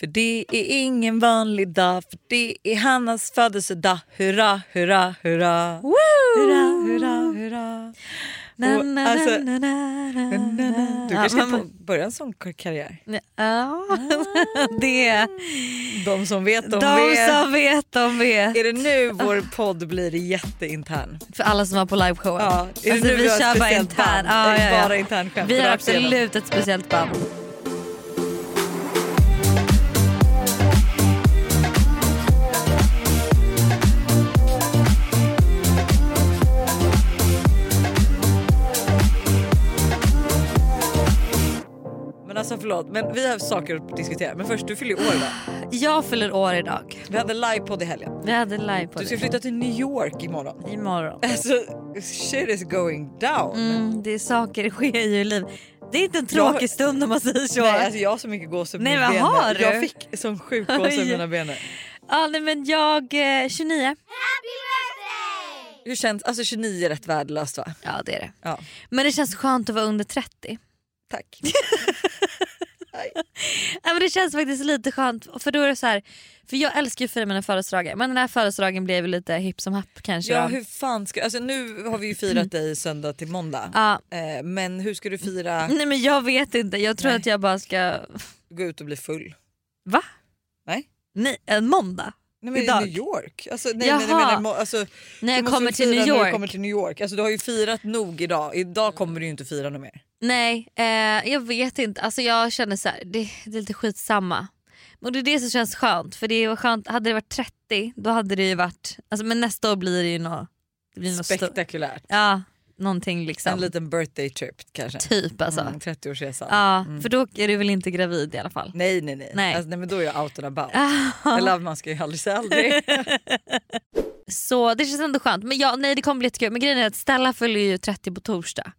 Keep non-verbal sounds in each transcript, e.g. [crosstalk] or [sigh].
För det är ingen vanlig dag, för det är Hannas födelsedag. Hurra, hurra, hurra. Woo! Hurra, hurra, hurra. Na, Och, na, alltså, na, na, na, na, na. Du Ja, kanske men- ska börja en sån karriär. Ja, [laughs] det... De som vet, Ah. de, De, vet. som vet, de vet. Är det nu vår podd blir jätteintern? För alla som var på liveshowen. Alltså, Ja, är det nu vi har ett speciellt band? Ja, Det ja, är ja. bara internskämt Vi har rakt igenom. absolut ett speciellt band. Men alltså förlåt, men vi har saker att diskutera. Men först, du fyller ju år idag. Jag fyller år idag. Vi hade livepodd i helgen. Vi hade live på Du ska det flytta till New York imorgon. imorgon. Alltså shit is going down. Mm, det är saker sker ju i livet. Det är inte en Jag- tråkig stund om man säger så. Nej, alltså jag har så mycket gåshud Nej, med vad benen. har du? Jag fick som sjuk [laughs] gåshud Oj. i mina ben. Ja, nej, men jag eh, 29. Hur känns, alltså 29 är rätt värdelöst va? Ja det är det. Ja. Men det känns skönt att vara under 30. [laughs] Tack. Ja, men det känns faktiskt lite skönt för då är det så här, för jag älskar ju att fira mina födelsedagar men den här födelsedagen blev lite hipp som happ kanske. Ja då. hur fan ska, alltså nu har vi ju firat dig söndag till måndag. Ja. Eh, men hur ska du fira, Nej men jag vet inte, jag tror Nej. att jag bara ska... gå ut och bli full? Va? Nej. Nej, en måndag? Nej men Idag. i New York. Alltså, nej, Jaha. men jag menar, må- alltså, När du jag måste kommer ju till fira New När York? du kommer till New York. Alltså, du har ju firat nog idag. Idag kommer du ju inte fira något mer. Nej, eh, jag vet inte. Alltså jag känner så här, det, det är lite skitsamma. Och det är det som känns skönt. För det var skönt, hade det varit 30 då hade det ju varit, alltså, men nästa år blir det ju nå- det blir något stort. Spektakulärt. Ja, någonting liksom. En liten birthday trip kanske. Typ alltså. Mm, 30-årsresan. Ja, för då är du väl inte gravid i alla fall? [laughs] Nej nej nej. Nej. Alltså, nej men då är jag out and about. Ah, Eller man ska ju aldrig säga [laughs] aldrig. Så det känns ändå skönt. Men ja, nej, det kommer bli jättekul. Men grejen är att Stella fyller ju 30 på torsdag.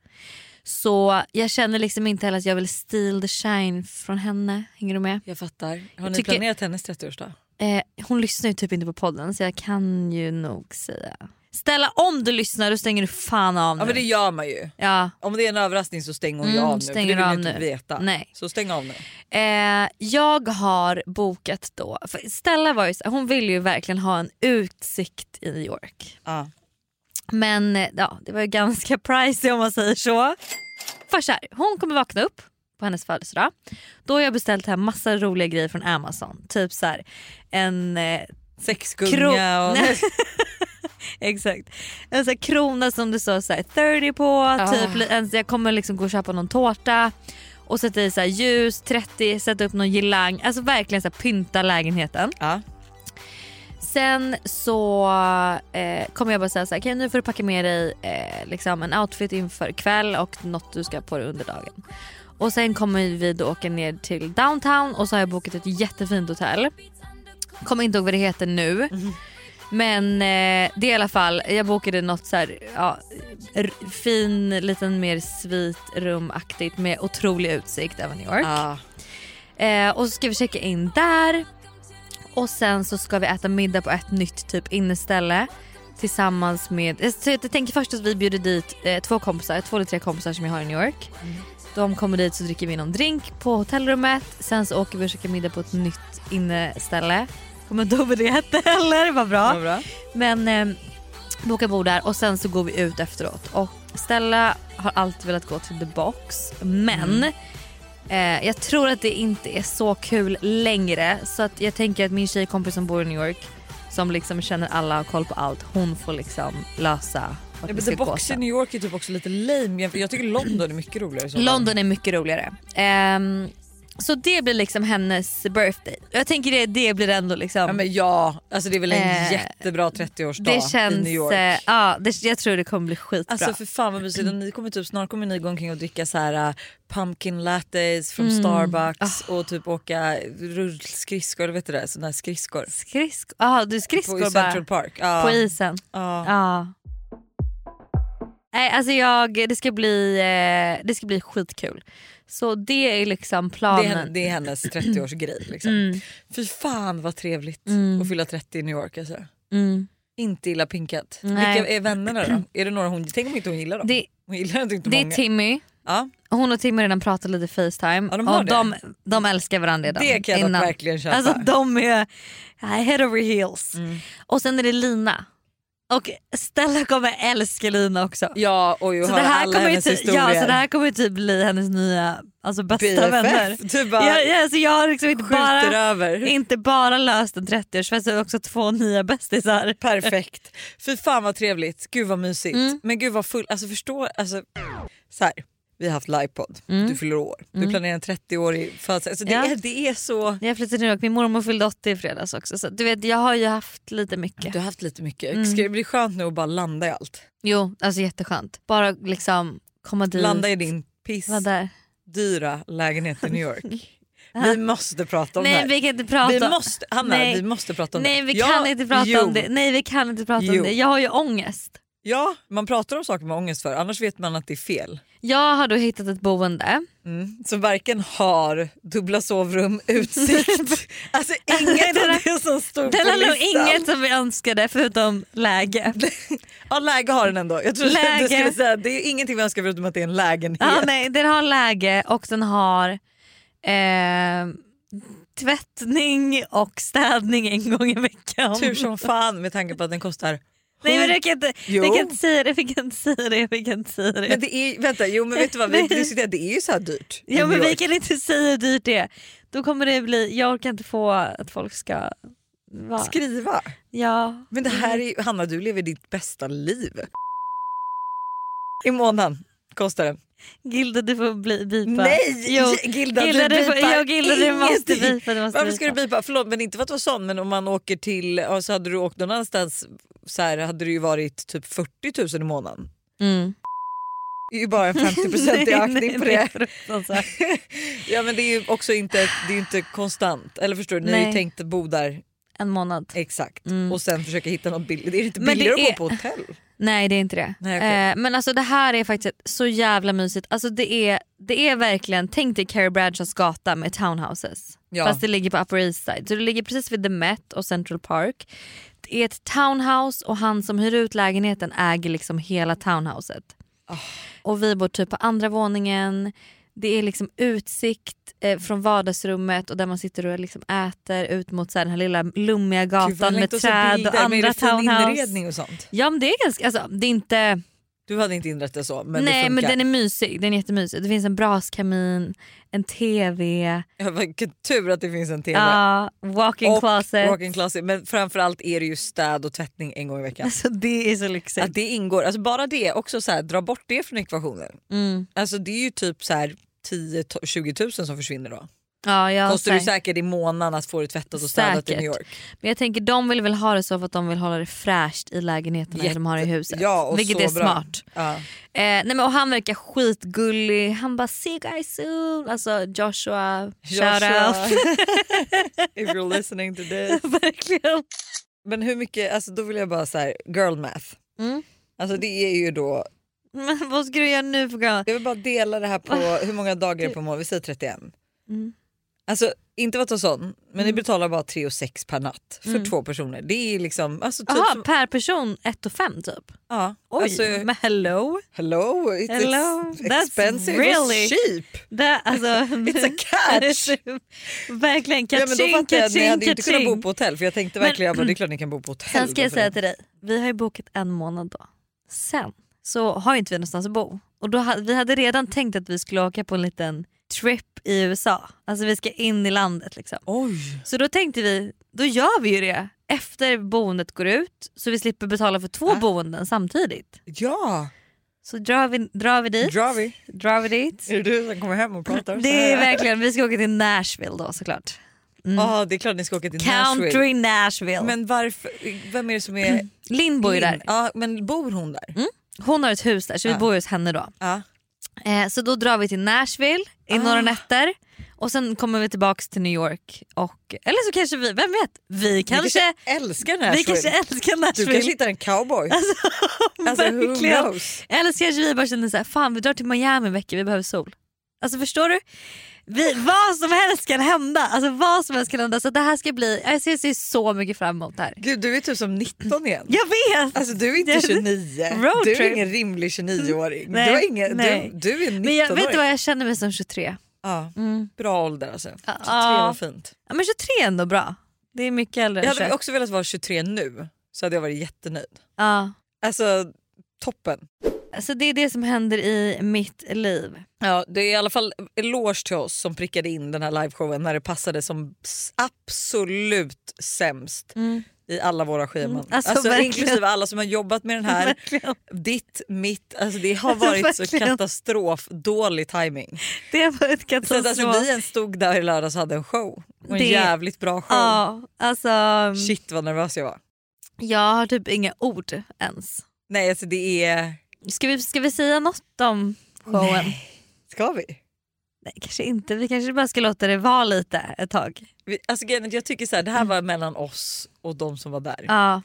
Så jag känner liksom inte heller att jag vill steal the shine från henne. Hänger du med? Jag fattar. Har ni tycker- planerat hennes 30-årsdag? Eh, hon lyssnar ju typ inte på podden så jag kan ju nog säga. Stella om du lyssnar då stänger du fan av nu. Ja men det gör man ju. Ja. Om det är en överraskning så stänger hon ju Mm, av nu för det stänger vill av ju inte nu. veta. Nej. Så stäng av nu. Eh, jag har bokat då, för Stella var ju, så- hon vill ju verkligen ha en utsikt i New York. Ja. Men eh, ja, det var ju ganska [laughs] pricey om man säger så. Först så här, hon kommer vakna upp på hennes födelsedag. Då har jag beställt här massa roliga grejer från Amazon. Typ så här, en, eh, Sexgunga Kro- och... [laughs] Nej. exakt, en så här krona som det står så här 30 på. Typ, li- en, jag kommer liksom gå och köpa någon tårta och sätta i så här ljus, 30, sätta upp någon girlang. Alltså verkligen så här, pynta lägenheten. Ja. Sen så eh, kommer jag bara säga så här, okej nu får du packa med dig eh, liksom en outfit inför kväll och något du ska ha på dig under dagen. Och sen kommer vi då åka ner till downtown och så har jag bokat ett jättefint hotell. Kommer inte ihåg vad det heter nu. Men eh, det är i alla fall, jag bokade något så här, ja, r- fin liten mer svitrumaktigt med otrolig utsikt över New York. Ja. Eh, och så ska vi checka in där. Och sen så ska vi äta middag på ett nytt typ inneställe. Tillsammans med, jag s- jag tänker först att vi bjuder dit eh, två kompisar, två eller tre kompisar som jag har i New York. De kommer dit så dricker vi någon drink på hotellrummet. Sen så åker vi och käkar middag på ett nytt inneställe. Kommer inte ihåg vad det hette heller, vad bra. Vad bra. Men eh, boka bord där och sen så går vi ut efteråt. Och Stella har alltid velat gå till The Box men Mm. eh, jag tror att det inte är så kul längre. Så att jag tänker att min tjejkompis som bor i New York som liksom känner alla och har koll på allt hon får liksom lösa vart Ja, vi men ska The gå Box i sen. New York är typ också lite lame. jämfört- Jag tycker London är mycket roligare. så. London är mycket roligare. Ehm, så det blir liksom hennes birthday. Jag tänker det, det blir ändå liksom... Ja, men ja, alltså det är väl en Eh, jättebra 30-årsdag det känns... i New York. eh, ja, det, jag tror det kommer bli skitbra. Alltså för fan vad mysigt. Och Ni kommer typ, snart kommer ni gå omkring och dricka så här, uh, pumpkin lattes från Mm. Starbucks Ah. och typ åka rullskridskor, eller vet du det? Sådana här skridskor. Skridsk... Jaha, du På, skridskor I bara Central Park. Ja. på isen? Ja. Ja. Nej, alltså jag, det ska bli, eh, det ska bli skitkul. Så det är liksom Det, är, planen. hen- det är hennes 30-årsgrej. Liksom. Mm. Fy fan vad trevligt att fylla 30 i New York. Alltså. Mm. Inte illa pinkat. Nej. Vilka är vännerna då? Är det några hon, tänk om inte hon gillar dem? Det- hon gillar inte Det är typ många. Timmy, Ja, Hon och Tim har redan pratat lite Facetime Ja, de har och det. de, de älskar varandra redan. det kan jag dock innan. verkligen köpa. Alltså de är head over heels. Mm. Och sen är det Lina. Och Stella kommer älska Lina också. ja, oj, och Så har det, här alla kommer ju hennes typ, ja, historier. så det här kommer ju typ bli hennes nya alltså, bästa vänner. BFF, typ bara Ja, ja, så jag har liksom inte, skjuter bara, över. inte bara löst en 30-årsfest utan också två nya bästisar. Perfekt. Fy fan vad trevligt, gud vad mysigt. Mm. Men gud vad full, alltså förstå, alltså, så här. vi har haft livepodd, Mm. du fyller år, du planerar en 30-årig födelsedag. Alltså, det, Ja. är, det är så... Jag flyttade ner och min mormor fyllde 80 i fredags också så du vet jag har ju haft lite mycket. Du har haft lite mycket, Mm. ska det bli skönt nu att bara landa i allt? Jo alltså jätteskönt. Bara liksom komma dit. Landa i din piss Vara där. dyra lägenhet i New [laughs] York. Vi måste prata om det Nej här. vi kan inte prata Vi om måste, Hanna, Nej. vi måste prata om Nej det. vi Ja, kan inte prata jo. om det. Nej vi kan inte prata Jo. om det. Jag har ju ångest. Ja, man pratar om saker med ångest för annars vet man att det är fel. Jag har då hittat ett boende. Mm. Som varken har dubbla [laughs] sovrum, utsikt, alltså inget av [laughs] det som stod Den på har nog listan. inget som vi önskade förutom läge. [laughs] Ja, läge har den ändå. Jag trodde att du Läge. skulle säga det är ingenting vi önskar förutom att det är en lägenhet. Ja, nej, den har läge och den har eh, tvättning och städning en gång i [laughs] veckan. Tur som fan med tanke på att den kostar Nej men jag kan inte, Jo. jag kan inte säga det, vi kan inte säga det, vi kan inte säga det. Men det är, vänta, jo men vet du vad vi [laughs] Nej. diskuterade, det är ju så här dyrt. i ja, men New vi York. kan inte säga hur dyrt det är. Då kommer det bli, jag orkar inte få att folk ska... Va? Skriva. Ja. Men det här är Mm. ju, Hanna du lever ditt bästa liv. I månaden kostar den. Gilda du får bli, bipa. Nej! Jo. Gilda, Gilda, du du får, bipar jag Gilda du måste ingenting. bipa. Du måste Varför ska du bipa. bipa? Förlåt men inte för att vara sån men om man åker till, ja, så hade du åkt någon annanstans så här, hade det ju varit typ 40 000 i månaden. Mm. Det är ju [laughs] bara en 50-procentig Nej, ökning nej, på nej, det. fruktansvärt. Ja men det är ju också inte, det är ju inte konstant. Eller förstår du, ni har ju Nej. tänkt bo där En månad. exakt Mm. och sen försöka hitta något billigt. Är det inte Men det billigare är- att bo på hotell? Nej det är inte det. Nej, okej. eh, men alltså det här är faktiskt så jävla mysigt. Alltså det är, det är verkligen, tänk dig Carrie Bradshaws gata med townhouses. Ja. Fast det ligger på Upper East Side. Så det ligger precis vid The Met och Central Park. Det är ett townhouse och han som hyr ut lägenheten äger liksom hela townhouset. Ah. Och vi bor typ på andra våningen. Det är liksom utsikt eh, från vardagsrummet och där man sitter och liksom äter ut mot så här, den här lilla lummiga Gud, vad gatan med längtar att se träd bilder, och men är andra det fin townhouse. inredning och sånt? Ja men det är ganska, alltså det är inte Du hade inte inrett det så men Nej det men funkar. den är mysig, den är jättemysig. Det finns en braskamin, en TV, Ja, Vilken tur att det finns en TV. ja, walk-in Och closet. Walk-in closet. Men framförallt är det ju städ och tvättning en gång i veckan. Alltså det är så lyxigt. Att det ingår, alltså bara det, också så här, dra bort det från ekvationen. Mm. Alltså det är ju typ så här 10-20 000 som försvinner då. Ja, jag, Kostar det ju säkert. säkert i månaden att få det tvättat och städat i Säkert. New York. Men jag tänker de vill väl ha det så för att de vill hålla det fräscht i lägenheterna Jätte- de har i huset. Ja, och vilket så är bra. smart. Ja. Eh, nej men, och han verkar skitgullig, han bara “see you guys soon”. Alltså Joshua, Joshua, [laughs] shoutout. [laughs] If you're listening to this. Verkligen. Men hur mycket, alltså då vill jag bara så här, girl math. Mm. Alltså det är ju då, Men vad ska du göra nu för galan? jag vill bara dela det här på hur många dagar det är på månaden, vi säger 31. Ah. Mm. Alltså inte för att vara sån, men ni Mm. betalar bara 3 och 6 per natt för Mm. två personer. Det är liksom, alltså typ Jaha, som, per person 1 5 typ? ja. Oj, alltså, men hello? hello, it's Hello, ex- that's expensive, really- it's cheap, Det, alltså, it's [laughs] [laughs] a catch. verkligen Ja, men då kaching, fattar jag att ni hade kaching, ju inte kunnat bo kaching. på hotell för jag tänkte Men- verkligen att det är klart ni kan bo på hotell. Sen ska då jag för säga det. till dig, vi har ju bokat en månad då. Sen så har ju inte vi någonstans att bo. Och då, ha- vi hade redan tänkt att vi skulle åka på en liten trip i USA. Alltså vi ska in i landet liksom. Oj, Så då tänkte vi, då gör vi ju det efter boendet går ut så vi slipper betala för två Ah. boenden samtidigt. ja, Så drar vi, drar vi dit. drar vi? Drar vi dit. Är det du som kommer hem och pratar? [laughs] Det är verkligen, vi ska åka till Nashville då såklart. Mm. Ja, ah, det är klart ni ska åka till Nashville. Country Nashville. Men varför, vem är det som är... Linn bor ju där. Mm. Lin- Ja, men bor hon där? Hon har ett hus där så vi Ja. bor hos henne då. Ja. Eh, så då drar vi till Nashville i Ah. några nätter och sen kommer vi tillbaks till New York. Och, eller så kanske vi, vem vet? Vi Ni kanske, älskar vi Nashville. kanske älskar du Nashville. kanske hittar en [laughs] cowboy. [laughs] Alltså, who verkligen. knows? Eller så kanske vi bara känner så här, fan vi drar till Miami en vecka, vi behöver sol. Alltså förstår du? Vi, vad som helst kan hända. Alltså vad som helst kan hända. Så det här ska bli, jag ser, ser så mycket fram emot det här. Gud du är typ som 19 igen. Jag vet! Alltså du är [laughs] inte Jag- 29, Road du är trip. ingen rimlig 29-åring. Nej, du, har ingen, nej. du, du är 19 Men jag, vet du vad, jag känner mig som 23. ja, Mm. Bra ålder alltså. 23 var Ja. fint. Ja, men 23 är ändå bra. Det är mycket äldre Jag än hade 21. också velat vara 23 nu så hade jag varit jättenöjd. Ja. Alltså toppen. Alltså, Så det är det som händer i mitt liv. Ja, det är i alla fall eloge till oss som prickade in den här liveshowen när det passade som s- absolut sämst i alla våra scheman. Mm, alltså, Mm. alltså, verkligen. inklusive alla som har jobbat med den [laughs] här. Verkligen. Ditt, mitt, alltså det har Alltså, varit så verkligen. katastrofdålig timing. Det var ett Så att alltså, katastrof. vi ens stod där i lördags och hade en show. Och en Det- jävligt bra show. Ja, alltså, Shit vad nervös jag var. jag har typ inga ord ens. Nej alltså det är... Ska vi, ska vi säga något om showen? Nej. Ska vi? kanske inte. Vi kanske bara ska låta det vara lite ett tag. vi alltså, grejen är att jag tycker så här, det här var mellan oss och de som var där. Ja,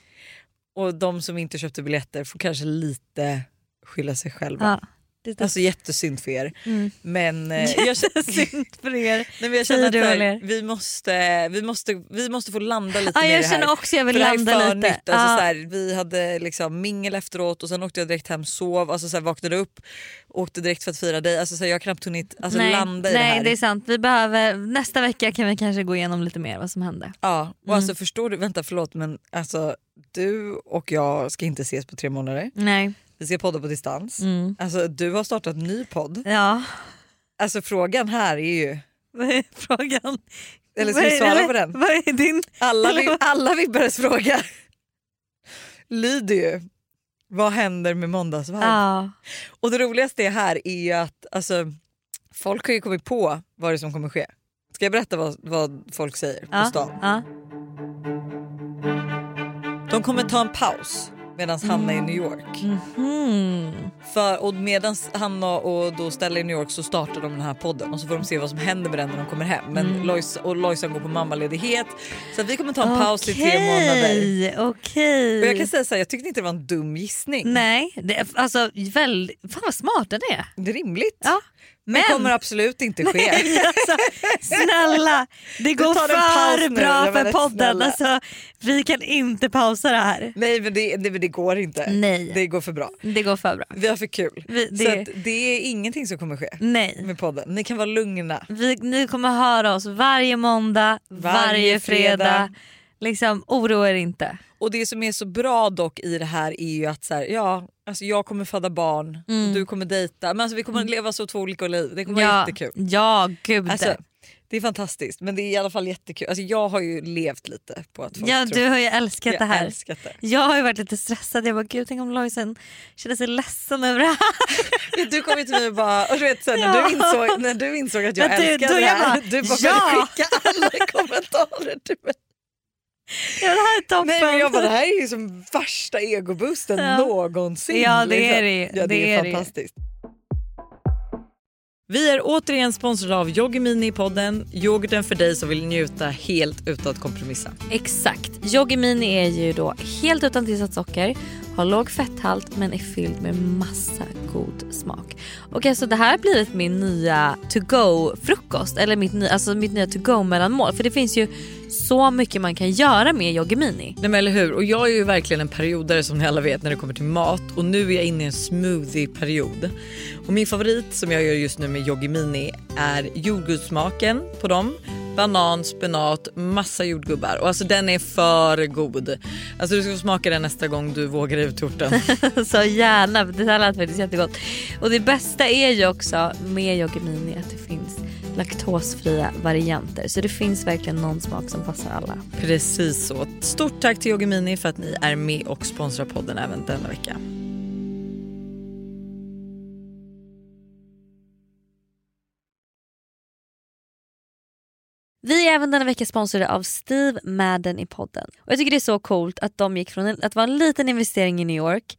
Och de som inte köpte biljetter får kanske lite skylla sig själva. ja. Lite Alltså jättesynd för er. Mm. Men [laughs] eh, jag, känner- synd för er. Nej, men jag känner att Säger du, så här, eller? vi, måste, vi, måste, vi måste få landa lite Ja, mer i jag det här. känner också att jag För vill det här är landa för lite. nytt. Alltså, ja. så här, vi hade liksom mingel efteråt och sen åkte jag direkt hem, sov, alltså, så här, vaknade upp, åkte direkt för att fira dig. Alltså, så här, jag har knappt hunnit alltså, nej, landa i nej, det här. är sant. Vi behöver, nästa vecka kan vi kanske gå igenom lite mer vad som hände. Ja, och Mm. alltså, förstår du, vänta förlåt men alltså, du och jag ska inte ses på tre månader. Nej. Vi ska podda på distans. Mm. Alltså, du har startat en ny podd. Ja, [laughs] Alltså, frågan här är ju, vad är frågan? eller ska vi Vad är- svara eller- på den? Vad är din? Alla, [laughs] vi- alla Vibbares fråga lyder ju, vad händer med måndagsvarv? Ja. Och det roligaste här är ju att alltså, folk har ju kommit på vad det är som kommer ske. Ska jag berätta vad, vad folk säger på Ja. stan? Ja. De kommer ta en paus medan Hanna är i New York. Mm. För, och medan Hanna och då Stella är i New York så startar de den här podden och så får de se vad som händer med den när de kommer hem. Men Mm. Lojs, och Lojsan går på mammaledighet så att vi kommer ta en paus i tre månader. Okej, Okej. Och jag kan säga så här, jag tyckte inte det var en dum gissning. Nej, det är, alltså väl, fan vad smart den är. Det är rimligt. Ja. Det Men kommer absolut inte ske. [laughs] alltså, snälla, det går tar en paus för nu, bra jag för menar, podden. snälla. Alltså, vi kan inte pausa det här. Nej men det, nej men det går inte. Nej. Det går för bra. Det går för bra. Vi har för kul. Vi, Så det, att det är ingenting som kommer ske nej. med podden. Ni kan vara lugna. Vi, ni kommer höra oss varje måndag, varje, Varje fredag. fredag. Liksom, oroa er inte. Och det som är så bra dock i det här är ju att så här, ja, alltså jag kommer föda barn, och du kommer dejta. Men alltså vi kommer att leva så två olika liv. Det kommer vara Mm. Ja, jättekul. ja gud. Alltså, det är fantastiskt men det är i alla fall jättekul. Alltså jag har ju levt lite på att folk ja, tror du har ju älskat jag det här. älskat det. Jag har ju varit lite stressad. Jag bara, gud tänk om Lojsan känner sig ledsen över det här. [laughs] Du kom ju till mig och bara, och du vet, så här, när, Ja. du insåg, när du insåg att jag Men du- älskade då det jag här, bara, du bara ja. började skicka alla kommentarer till mig. Ja, det här är toppen. Nej men jag bara, det här är ju som värsta egoboosten Ja. någonsin. Liksom. Ja, det är det ju. Ja, det, Det är, är det ju. fantastiskt. Vi är återigen sponsrade av Yoggi Mini i podden. Yoghurten för dig som vill njuta helt utan att kompromissa. Exakt. Yoggi Mini är ju då helt utan tillsatt socker, har låg fetthalt men är fylld med massa god smak. Och alltså det här har blivit min nya to-go-frukost, eller mitt, ny- alltså mitt nya to-go-mellanmål. För det finns ju så mycket man kan göra med Yoggi Mini. Nej men eller hur, och jag är ju verkligen en periodare som ni alla vet när det kommer till mat och nu är jag inne i en smoothie-period. Och min favorit som jag gör just nu med Yoggi Mini är jordgubbssmaken på dem. Banan, spenat, massa jordgubbar och alltså den är för god. Alltså du ska få smaka den nästa gång du vågar ut torten. [laughs] Så gärna, för det här lät faktiskt jättegott. Och det bästa är ju också med Yoggi Mini att det finns laktosfria varianter. Så det finns verkligen någon smak som passar alla. Precis så. Stort tack till Yoggi Mini för att ni är med och sponsrar podden även denna vecka. Vi är även denna vecka sponsrade av Steve Madden i podden. Och jag tycker det är så coolt att de gick från en- att vara en liten investering i New York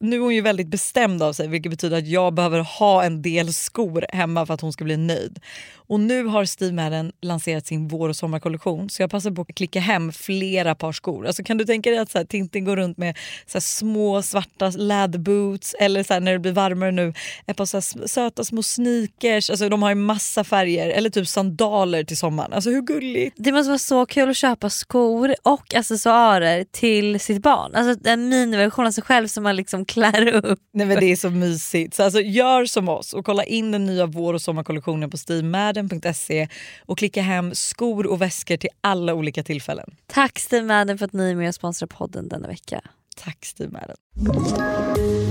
nu är hon ju väldigt bestämd av sig vilket betyder att jag behöver ha en del skor hemma för att hon ska bli nöjd. Och nu har Steve Madden lanserat sin vår och sommarkollektion så jag passar på att klicka hem flera par skor. Alltså, kan du tänka dig att så här, Tintin går runt med så här, små svarta läderboots eller så här, när det blir varmare nu ett par så här, sm- söta små sneakers. Alltså, de har ju massa färger eller typ sandaler till sommaren. Alltså hur gulligt? Det måste vara så kul att köpa skor och accessoarer till sitt barn. Alltså en miniversion av sig själv som man liksom klär upp. Nej, men det är så mysigt. Så alltså, gör som oss och kolla in den nya vår och sommarkollektionen på steamadden.se och klicka hem skor och väskor till alla olika tillfällen. Tack Steve Madden för att ni är med och sponsrar podden denna vecka. Tack Steve Madden.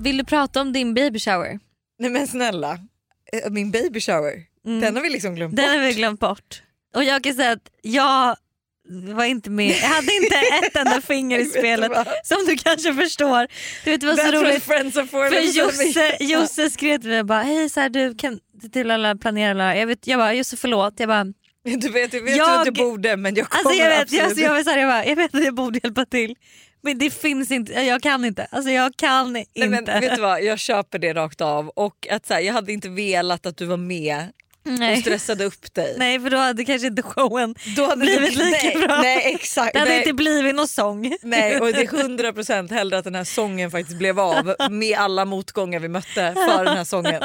Vill du prata om din baby shower? Nej men snälla, Eh, min baby shower, den har vi liksom glömt Den bort. har vi glömt bort. Och jag kan säga att jag var inte med. Jag hade inte ett enda finger [laughs] i Vet du spelet vad? som du kanske förstår. Du vet, det var så That's what roligt. friends are for. För Det var så [laughs] Josse, vi- Josse skrev till mig och bara hej så här, du kan till alla planera. alla." Jag, vet, jag bara Josse förlåt. Jag bara, Du vet, jag vet ju Jag- att du borde men jag kommer alltså, jag, vet, absolut jag, alltså, jag, var så här, jag, bara, jag vet att jag borde hjälpa till men det finns inte. Jag kan inte. Alltså, jag kan Nej, inte. men, [laughs] vet du vad, jag köper det rakt av och att, så här, jag hade inte velat att du var med och Nej. stressade upp dig. Nej för då hade kanske inte showen Då hade det- blivit lika nej, bra. Nej exakt. Det hade nej. inte blivit någon sång. [laughs] Nej, och det är 100 procent hellre att den här sången faktiskt blev av med alla motgångar vi mötte för den här sången.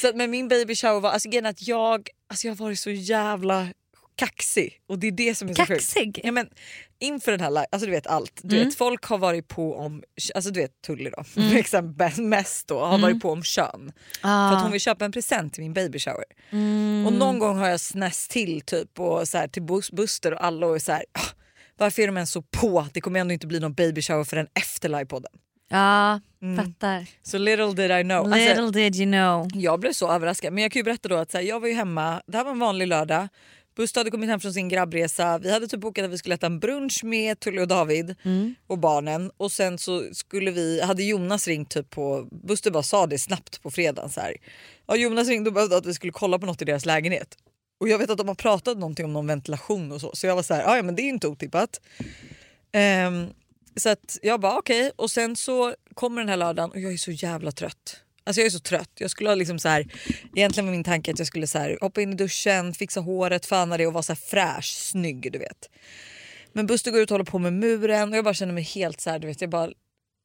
Så, att- men min baby shower var, alltså grejen är att jag, alltså jag har varit så jävla kaxig och det är det som är så sjukt. Kaxig. Ja, men, inför den här, li- alltså du vet allt. Du vet, folk har varit på om, alltså du vet Tully då, [laughs] för exempel, mest då, har varit på om kön. För att hon vill köpa en present till min baby shower. Och någon gång har jag snäst till typ och så här, till bus- Buster och alla och är så här, "Ah, varför är de ens så på? Det kommer ändå inte bli någon baby shower förrän efter livepodden. Ja, fattar. Så little did I know. Alltså, Little Mm. did you know. jag blev så överraskad. Men jag kan ju berätta då att så här, jag var ju hemma, det här var en vanlig lördag. Buster hade kommit hem från sin grabbresa. Vi hade typ bokat att vi skulle äta en brunch med Tully och David och barnen. Och sen så skulle vi, hade Jonas ringt typ på, Buster bara sa det snabbt på fredagen så här. Ja, Jonas ringde och behövde att vi skulle kolla på något i deras lägenhet. Och jag vet att de har pratat någonting om någon ventilation och så. Så jag var så här, "Ah, ja men det är ju inte otippat. Ehm, så att jag bara okej och sen så kommer den här lördagen och jag är så jävla trött. Alltså jag är så trött. Jag skulle ha liksom så här, egentligen var min tanke att jag skulle så här, hoppa in i duschen, fixa håret, föna det och vara så här fräsch, snygg du vet. Men Buster går ut och håller på med muren och jag bara känner mig helt så här, du vet jag bara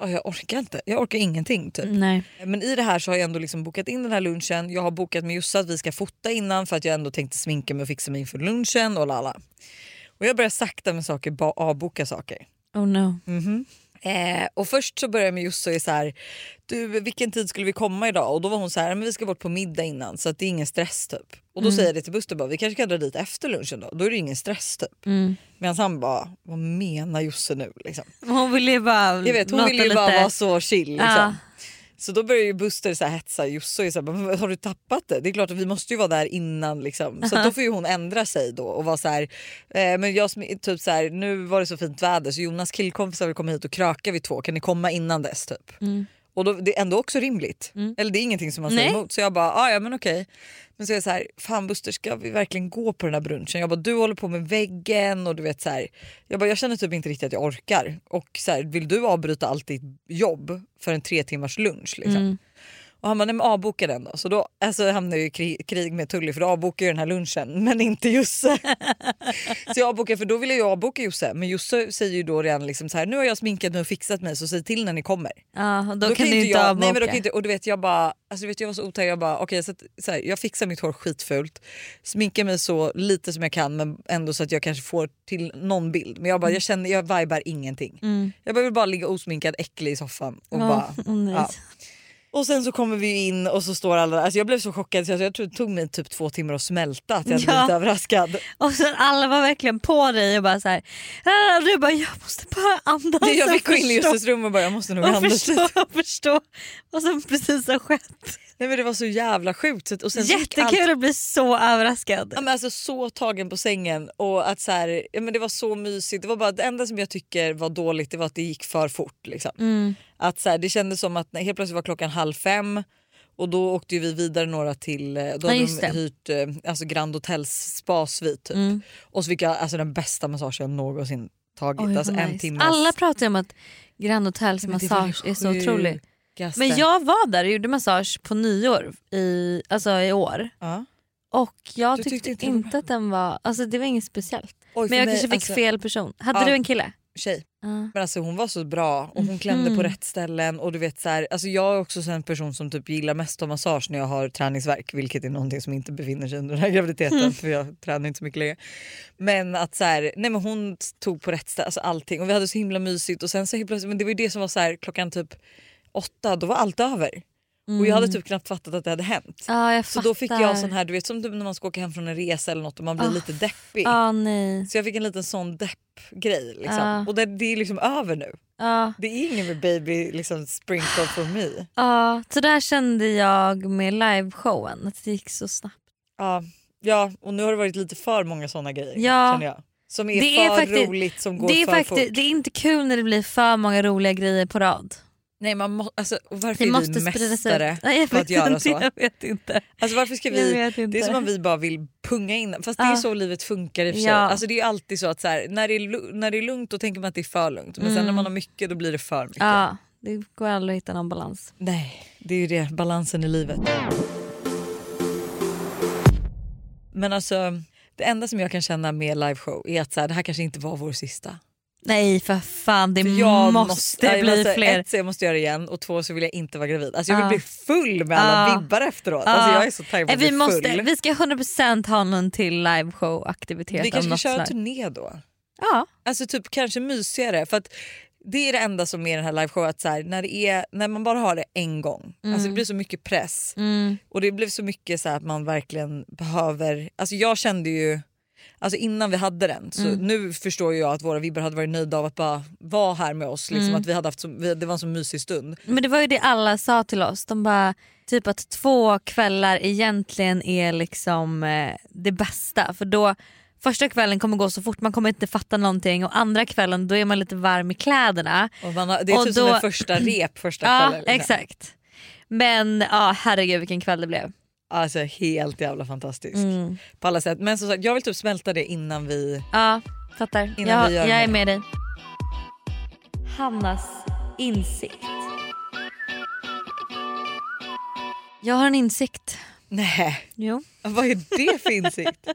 "Ja, jag orkar inte, jag orkar ingenting typ. Nej. Men i det här så har jag ändå liksom bokat in den här lunchen. Jag har bokat med Jossa att vi ska fota innan för att jag ändå tänkte sminka mig och fixa mig inför lunchen och lala. Och jag börjar sakta med saker, ba- avboka saker. Oh no. Mm. Eh, och först så började jag med Josse och är så här, du vilken tid skulle vi komma idag? Och då var hon så här, men vi ska bort på middag innan så att det är ingen stress typ. Och då säger jag det till Buster bara, vi kanske kan dra dit efter lunchen då, då är det ingen stress typ. Medan han bara, vad menar Josse nu liksom? Hon ville ju bara Jag vet, hon låta ville ju lite. bara vara så chill. Liksom. Ja. Så då börjar ju Buster så här hetsa Josse och är så här, "Men vad- har du tappat det? Det är klart att vi måste ju vara där innan liksom. Så att Uh-huh. då får ju hon ändra sig då och vara så här, eh, men jag som är typ så här, nu var det så fint väder så Jonas killkompisar vill komma hit och kröka vid två, kan ni komma innan dess typ? Och då, det är ändå också rimligt. Eller det är ingenting som man säger Mm. Nej. emot. Så jag bara, "Ah, ja men okej. Men så är jag så här, fan Buster ska vi verkligen gå på den här brunchen? Jag bara, du håller på med väggen och du vet så här. Jag bara, jag känner typ inte riktigt att jag orkar. Och så här, vill du avbryta allt ditt jobb för en tre timmars lunch liksom? Och han bara, nej men avboka den då. Så då alltså, hamnade jag i krig, krig med Tully för då avbokade jag den här lunchen [laughs] men inte Josse. så jag avbokade, för då ville jag avboka Josse men Josse säger ju då redan liksom så här, nu har jag sminkat mig och fixat mig så säg till när ni kommer. Ja, och då, Då kan du ju inte jag, avboka. Nej, men då kan ju inte, och du vet, jag bara, alltså, du vet, jag var så otaggad. Jag bara, okej så att, så här, jag fixar mitt hår skitfult, sminkar mig så lite som jag kan men ändå så att jag kanske får till någon bild. Men jag Mm. bara, jag känner, jag vibar ingenting. Jag behöver bara ligga osminkad, äcklig i soffan och Ja, bara... [laughs] åh, nej. ja. Och sen så kommer vi ju in och så står alla, alltså jag blev så chockad så jag, jag tror det tog mig typ två timmar att smälta att jag blev Ja. lite överraskad. [laughs] Och sen alla var verkligen på dig och bara så här. "Ah", och du bara jag måste bara andas Det, jag och fick gå in i Alltså, förstå- Jusses rum och bara jag måste nog och andas lite. [laughs] förstå, och förstå vad som precis har skett. Nej men det var så jävla sjukt. Så att- Och sen så gick allt- Jättekul att bli så överraskad. Ja, men alltså så tagen på sängen och att så här, ja, men det var så mysigt. Det var bara det enda som jag tycker var dåligt det var att det gick för fort. Liksom. Att så här, det kändes som att när, helt plötsligt var klockan halv fem och då åkte ju vi vidare några till, eh, då hade just de det. Mm. hyrt eh, alltså Grand Hotels spa-svit typ. Och så fick jag alltså den bästa massagen jag någonsin tagit. Oj, vad alltså en nice. timmes... Alla pratar ju om att Grand Hotels Men det var massage det är så otrolig. sjukaste. Men jag var där och gjorde massage på nyår i, alltså i år Ja. och jag Du tyckte, tyckte inte det var inte att den var, alltså det var inget speciellt. Oj, för Men jag mig, kanske fick alltså, fel person. Hade Ja. du en kille? Tjej. Ja. Men alltså hon var så bra och Mm. hon klämde på rätt ställen. Och du vet så här, alltså jag är också så en person som typ gillar mest att ta massage när jag har träningsvärk vilket är någonting som inte befinner sig under den här graviditeten Mm. för jag tränar inte så mycket längre. Men att så här, nej men hon tog på rätt ställe, alltså allting och vi hade så himla mysigt och sen så helt plötsligt, men det var ju det som var så här klockan typ åtta, då var allt över. Och jag hade typ knappt fattat att det hade hänt. Ja, jag Så då fick Mm. fattar. jag sån här, du vet som typ när man ska åka hem från en resa eller något och man blir Ah. lite deppig. Ja nej. Så jag fick en liten sån deppgrej liksom. Ah. Och det, det är liksom över nu. Ja. Det är ingen med baby liksom sprinkle for me. Ja, så där kände jag med liveshowen, att det gick så snabbt. Ja, ja, och nu har det varit lite för många såna grejer Ja. känner jag. Som är Det är för faktiskt- roligt som går Det är, för faktiskt, fort. det är inte kul när det blir för många roliga grejer på rad. Nej, man må, alltså, och varför Det är måste vi spridas mästare ut. Nej, jag på att vet göra inte, så? Jag vet inte. Alltså, varför ska jag vi, vet inte. det är som om vi bara vill punga in. Fast det är Ja. så livet funkar i och för sig. Ja. Alltså, det är alltid så att så här, när, det är, lu- när det är lugnt då tänker man att det är för lugnt. Men sen när man har mycket då blir det för mycket. Mm. Ja, det går aldrig att hitta någon balans. Nej, det är ju det. Balansen i livet. Men alltså, det enda som jag kan känna med liveshow är att så här, det här kanske inte var vår sista. Nej för fan, det För jag måste, jag bli måste- alltså, fler. Ett, så jag måste göra det igen och två så vill jag inte vara gravid. Alltså jag vill Ja. bli full med alla Ja. vibbar efteråt. Ja. Alltså jag är så taggad på Nej, att Ah. Eh, vi, bli måste, full. vi ska 100% ha någon till liveshow-aktivitet. vi av kanske ska något köra en slag. turné då. Ja, Alltså typ kanske mysigare för att det är det enda som är i den här liveshowen att så här, när, det är, när man bara har det en gång, Mm. alltså det blir så mycket press och det blev så mycket så här att man verkligen behöver, alltså jag kände ju Alltså innan vi hade den, så Mm. nu förstår ju jag att våra vibbar hade varit nöjda av att bara vara här med oss. Liksom, Mm. att vi hade haft så, vi, det var en så mysig stund. men det var ju det alla sa till oss. De bara, typ att två kvällar egentligen är liksom eh, det bästa. För då, första kvällen kommer gå så fort, man kommer inte fatta någonting och andra kvällen då är man lite varm i kläderna. Och man har, det är Och typ som då- en [clears throat] första rep första Ja kvällen. liksom. exakt. Men ja herregud vilken kväll det blev. Alltså helt jävla fantastisk. Mm. På alla sätt. Men som sagt jag vill typ smälta det innan vi... Ja fattar. Innan jag vi gör jag är mer. med dig. Hannas insikt. Jag har en insikt. Nej, Jo. vad är det för insikt?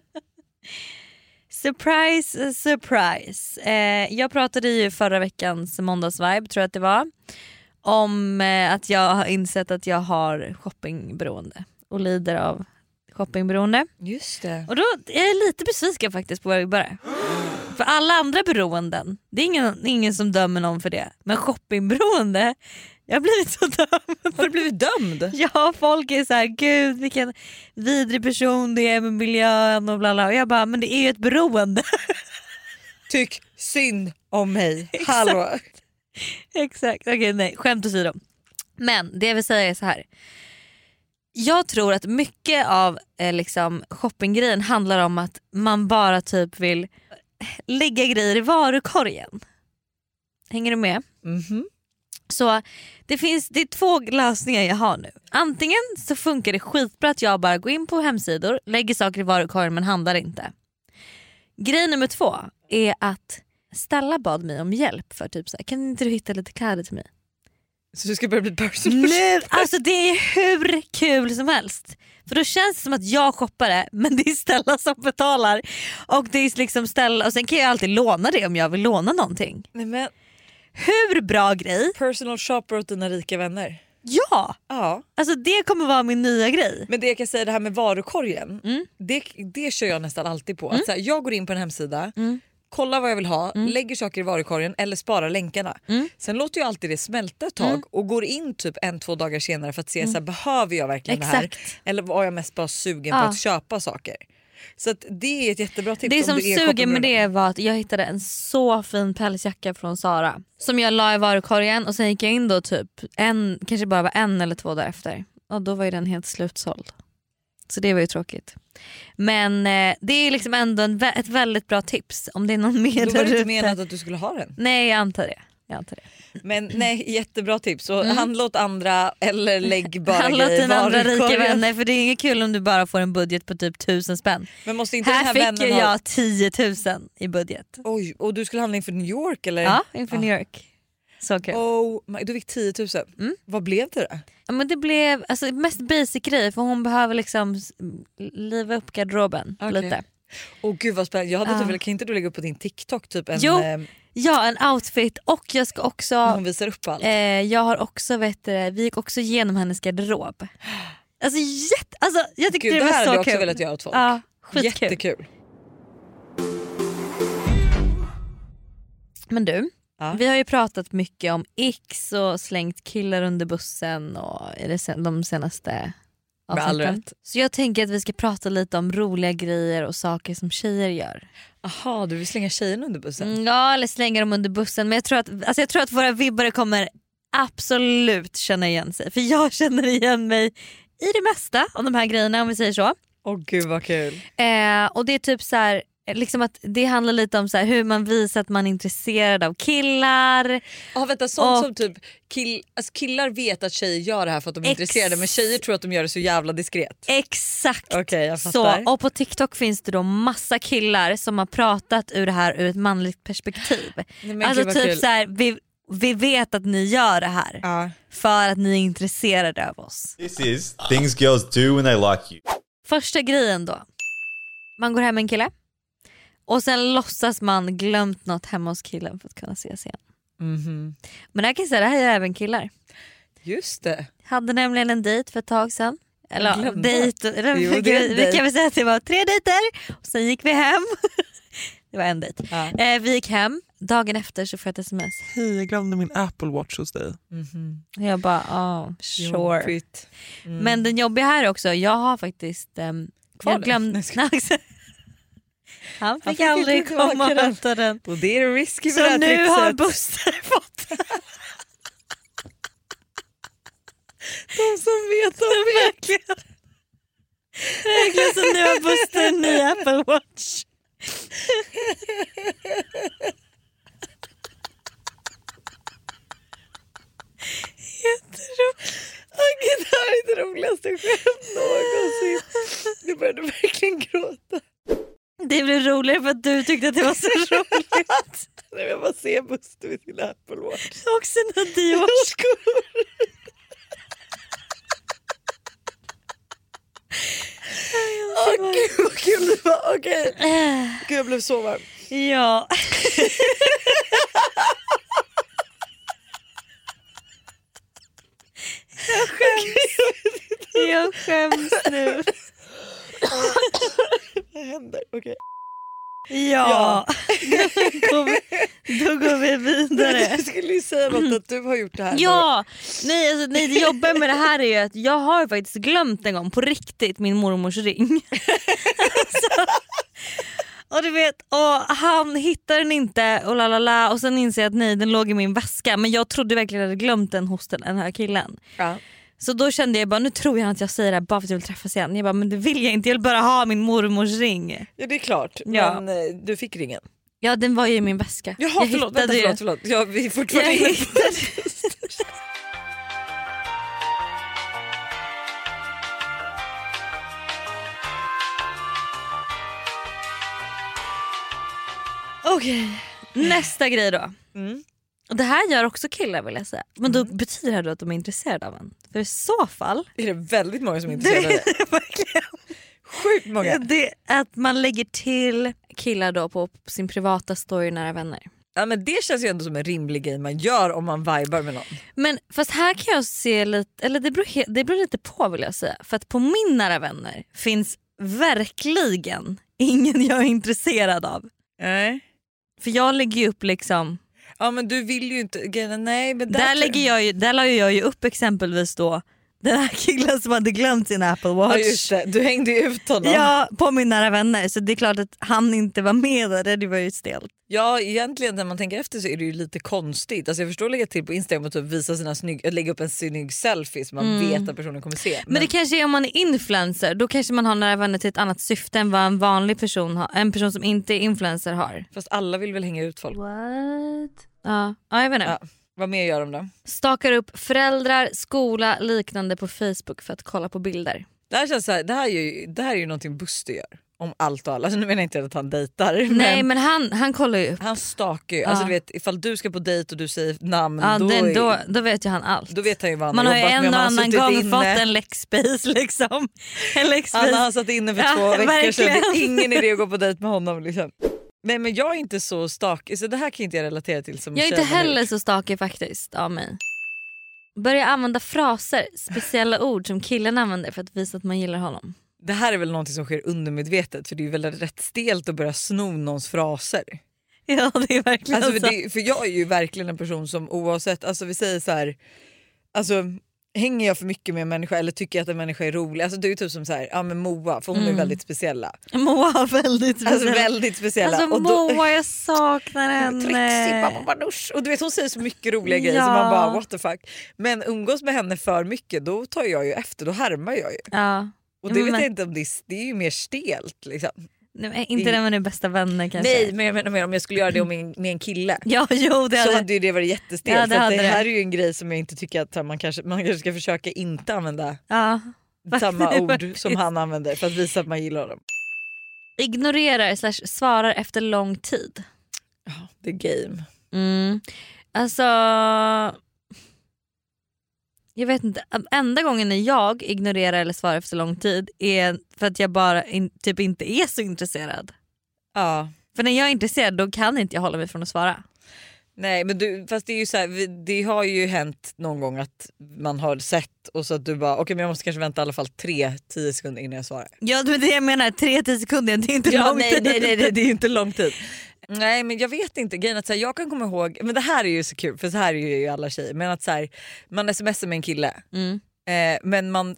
Surprise, surprise. Eh, jag pratade ju förra veckans måndagsvibe tror jag att det var. Om eh, att jag har insett att jag har shoppingberoende och lider av shoppingberoende. Just det. Och då är jag lite besviken faktiskt på våra börjar. För alla andra beroenden, det är ingen, ingen som dömer någon för det. Men shoppingberoende, jag har blivit så dömd. [laughs] Har du blivit dömd? Ja folk är så här, gud vilken vidrig person det är med miljön och bla bla. Och jag bara, men det är ju ett beroende. Tyck synd om [laughs] mig. Hallå. Exakt, okej nej skämt åsido. Men det jag vill säga är så här. Jag tror att mycket av eh, liksom, shoppinggrejen handlar om att man bara typ vill lägga grejer i varukorgen. Hänger du med? Mhm. Så det finns det är två lösningar jag har nu. Antingen så funkar det skitbra att jag bara går in på hemsidor, lägger saker i varukorgen men handlar inte. Grej nummer två är att Stella bad mig om hjälp för typ så här, kan inte du hitta lite kläder till mig? Så du ska börja bli personal Nu, alltså det är hur kul som helst. För då känns det som att jag shoppar det men det är Stella som betalar. Och det är liksom Stella och sen kan jag alltid låna det om jag vill låna någonting. Nej, men Hur bra grej? personal shopper åt dina rika vänner. Ja! Ja. Alltså det kommer vara min nya grej. Men det jag kan säga det här med varukorgen, det, det kör jag nästan alltid på. Att så här, jag går in på en hemsida, kollar vad jag vill ha, lägger saker i varukorgen eller sparar länkarna. Sen låter jag alltid det smälta ett tag och går in typ en, två dagar senare för att se så här, behöver jag verkligen det Exakt. här? Eller var jag mest bara sugen på Ja. att köpa saker? Så att det är ett jättebra tips. Det om som du Liksom, är suger med shoppingbrunn. det var att jag hittade en så fin pälsjacka från Sara. Som jag la i varukorgen och sen gick jag in då typ en, kanske bara var en eller två dagar efter. Och då var ju den helt slutsåld. Så det var ju tråkigt. Men eh, det är liksom ändå en, vä- ett väldigt bra tips om det är någon mer Då var där det inte ute. menat att du skulle ha den. Nej jag antar det. Jag antar det. Men Mm. nej, jättebra tips. Så handla åt andra [laughs] eller lägg bara Handla åt grejer i Mm. dina andra rika varukorgen. vänner för det är inget kul om du bara får en budget på typ tusen spänn. Men måste inte den Här här fick vännen Eh. ju ha- jag 10 000 i budget. Oj, och du skulle handla inför New York eller? Ja, inför New York. Så kul. Oh my, du fick 10 000. Mm. Vad blev det då? Ja, men det blev alltså, mest basic grej för hon behöver liksom s- liva upp garderoben Okej. lite. Åh gud vad spännande. Jag hade typ Ja. velat- kan inte du lägga upp på din TikTok typ en, Jo. eh, Ja en outfit och jag ska också, hon visar upp allt? eh, jag har också vet du, det, vi gick också igenom hennes garderob. Alltså, jätte, alltså jag tyckte gud, det det var här så hade jag kul. också velat göra åt folk. Ja, skitkul. Jättekul. Men du, Ja. vi har ju pratat mycket om X och slängt killar under bussen och i det sen, de senaste Med all avsnitten. rätt. Så jag tänker att vi ska prata lite om roliga grejer och saker som tjejer gör. Jaha, du vill slänga tjejen under bussen? Mm, Ja, eller slänga dem under bussen. Men jag tror att, alltså jag tror att våra vibbare kommer absolut känna igen sig. För jag [laughs] känner igen mig i det mesta av de här grejerna om vi säger så. Åh gud vad kul. Eh, och det är typ så här, liksom att det handlar lite om så här, hur man visar att man är intresserad av killar. Ja Ah, vänta, sånt Och- som typ kill, alltså killar vet att tjejer gör det här för att de är Ex- intresserade men tjejer tror att de gör det så jävla diskret. Exakt Okej jag så. fattar. Och på TikTok finns det då massa killar som har pratat ur det här ur ett manligt perspektiv. Nej, men alltså gud, vad typ kul. så här, vi, vi vet att ni gör det här Ja. för att ni är intresserade av oss. This is things girls do when they like you. Första grejen då. Man går hem med en kille och sen låtsas man glömt något hemma hos killen för att kunna ses igen. Mhm. Men jag kan jag säga, det här gör även killar. Just det. Hade nämligen en dejt för ett tag sedan. Eller ja, Glömde. dejt, Jo, eller, det är en vi dejt. kan väl säga att det var tre dejter och sen gick vi hem. [laughs] det var en dejt. Ja. Eh, vi gick hem, dagen efter så får jag ett sms. Hej, jag glömde min Apple Watch hos dig. Mhm. Och jag bara, oh, sure. Jobbigt. Men den jobbiga här också, jag har faktiskt... ehm, Mm. Kvar jag den? glömde, Nej, Nej, exakt. Han fick fick aldrig inte tillbaka komma och den. hämta den. Och det är risky för det Så här nu trixet. har Buster [laughs] fått den. De som vet, de vet. Verkligen. Verkligen, så nu har Buster en ny Apple Watch. Åh, [laughs] Gud, det här är det roligaste skämt någonsin. Jag började verkligen gråta. Det blev roligare för att du tyckte att det [laughs] var så roligt. När jag bara ser Buster med sin Apple Watch. Och sina Dior-skor. [laughs] Åh gud vad kul det var. Okej. Eh. Gud jag blev så varm. Ja. Jag skäms nu. Vad händer? Okej. Ja. Då, då går vi vidare. [laughs] Jag skulle ju säga något att du har gjort det här. Ja, nej, alltså, nej det jobbiga med det här är ju att jag har faktiskt glömt en gång på riktigt min mormors ring. [laughs] alltså, och du vet, och han hittar den inte och la la la och sen inser jag att nej den låg i min väska men jag trodde verkligen att jag hade glömt den hos den den här killen. Ja. Så då kände jag bara nu tror jag att jag säger det här bara för att jag vill träffas igen. Jag bara men det vill jag inte, jag vill bara ha min mormors ring. ja det är klart. Ja. Men eh, du fick ringen. Ja den var ju i min väska. Jaha jag förlåt, hittade vänta, ju förlåt, den. förlåt. Ja, vi är Jag fortfarande inne. hittade... Okej, nästa grej då. Och det här gör också killar vill jag säga. Men då betyder det då att de är intresserade av en. För i så fall, Det [laughs] är det väldigt många som är det intresserade av. är verkligen Sjukt många. det att man lägger till killar då på sin privata story nära vänner. Ja, men det känns ju ändå som en rimlig grej man gör om man vibar med någon. Men fast här kan jag se lite, eller det beror, he- det beror lite på vill jag säga. För att på min nära vänner finns verkligen [laughs] ingen jag är intresserad av. Nej. För jag lägger ju upp liksom, Ja men du vill ju inte, grejen är- nej men där, där, lägger jag ju, där la ju jag ju upp exempelvis då den här killen som hade glömt sin Apple Ja Watch. just det, du hängde ju ut honom. Ja, på min nära vänner. Så det är klart att han inte var med där, det var ju stelt. Ja egentligen när man tänker efter så är det ju lite konstigt. Alltså jag förstår att lägga till på Instagram och typ visa sina snygg, att lägga upp en snygg selfie som man vet att personen kommer se. Mm. Men det kanske är om man är influencer, då kanske man har nära vänner till ett annat syfte än vad en vanlig person har. En person som inte är influencer har. Fast alla vill väl hänga ut folk. Ja, ja jag vet inte. Ja. Vad mer gör de då? Stakar upp föräldrar, skola, liknande på Facebook för att kolla på bilder. Det här, känns så här, det här är ju, det här är ju någonting Buster gör. Om allt och alla. Alltså, nu menar jag inte att han dejtar Nej men men han, han kollar ju upp. han stakar ju. Alltså, Ja. du vet, ifall du ska på dejt och du säger namn då, Ja, då, den, är- då, då vet ju han allt. då vet han ju vad han man har ju jobbat en med. och om han annan suttit gång inne. fått en läckspace [laughs] liksom. En Anna läckspace. har satt inne för Ja, två veckor sedan. Det är verkligen. ingen idé att gå på dejt med honom. [laughs] Liksom. Men, men jag är inte så stakig så det här kan inte jag relatera till. Som Jag är inte tjejerna har heller gjort. så stakig faktiskt av mig. Börja använda fraser, speciella ord som killen använder för att visa att man [laughs] gillar honom. Det här är väl någonting som sker undermedvetet för det är ju väl rätt stelt att börja sno någons fraser. Ja det är verkligen Alltså, för, det, för jag är ju verkligen en person som oavsett, alltså vi säger så här, alltså hänger jag för mycket med en människa eller tycker jag att en människa är rolig? Alltså det är ju typ som så här, ja men Moa för Mm. hon är väldigt speciella. Moa har väldigt Alltså väldigt speciella. Alltså och då, Moa jag [laughs] saknar Trixie, henne. mamma, banush. Och du vet hon säger så mycket roliga grejer så Ja. man bara what the fuck. Men umgås med henne för mycket då tar jag ju efter, då härmar jag ju. Ja. Och det Men- vet jag inte om det är, det är ju mer stelt liksom. Nej, men inte när man är bästa vänner kanske. Nej men jag menar mer om jag skulle göra det med, med en kille. Ja jo det så hade... hade ju det varit jättestelt. Ja, det det, för att hade det det. här är ju en grej som jag inte tycker att man kanske, man kanske ska försöka inte använda [laughs] ja. [laughs] samma ord Faktiskt. som han använder för att visa att man gillar honom. Ignorerar slash svarar efter lång tid. Det är game. Mm. Alltså... Jag vet inte, enda gången när jag ignorerar eller svarar efter lång tid är för att jag bara in, typ inte är så intresserad. Ja. För när jag är intresserad då kan inte jag hålla mig från att svara. Nej men du, fast det är ju så här, vi- det har ju hänt någon gång att man har sett och så att du bara okej men jag måste kanske vänta i alla fall 3-10 sekunder innan jag svarar. Ja men det jag menar, 3-10 sekunder det [laughs] är inte lång nej, tid. Nej, nej, nej, det är ju inte lång tid. Nej men jag vet inte, grejen är att så här, jag kan komma ihåg, men det här är ju så kul för så här är ju alla tjejer, men att så här, man smsar med en kille Mm. eh, men man,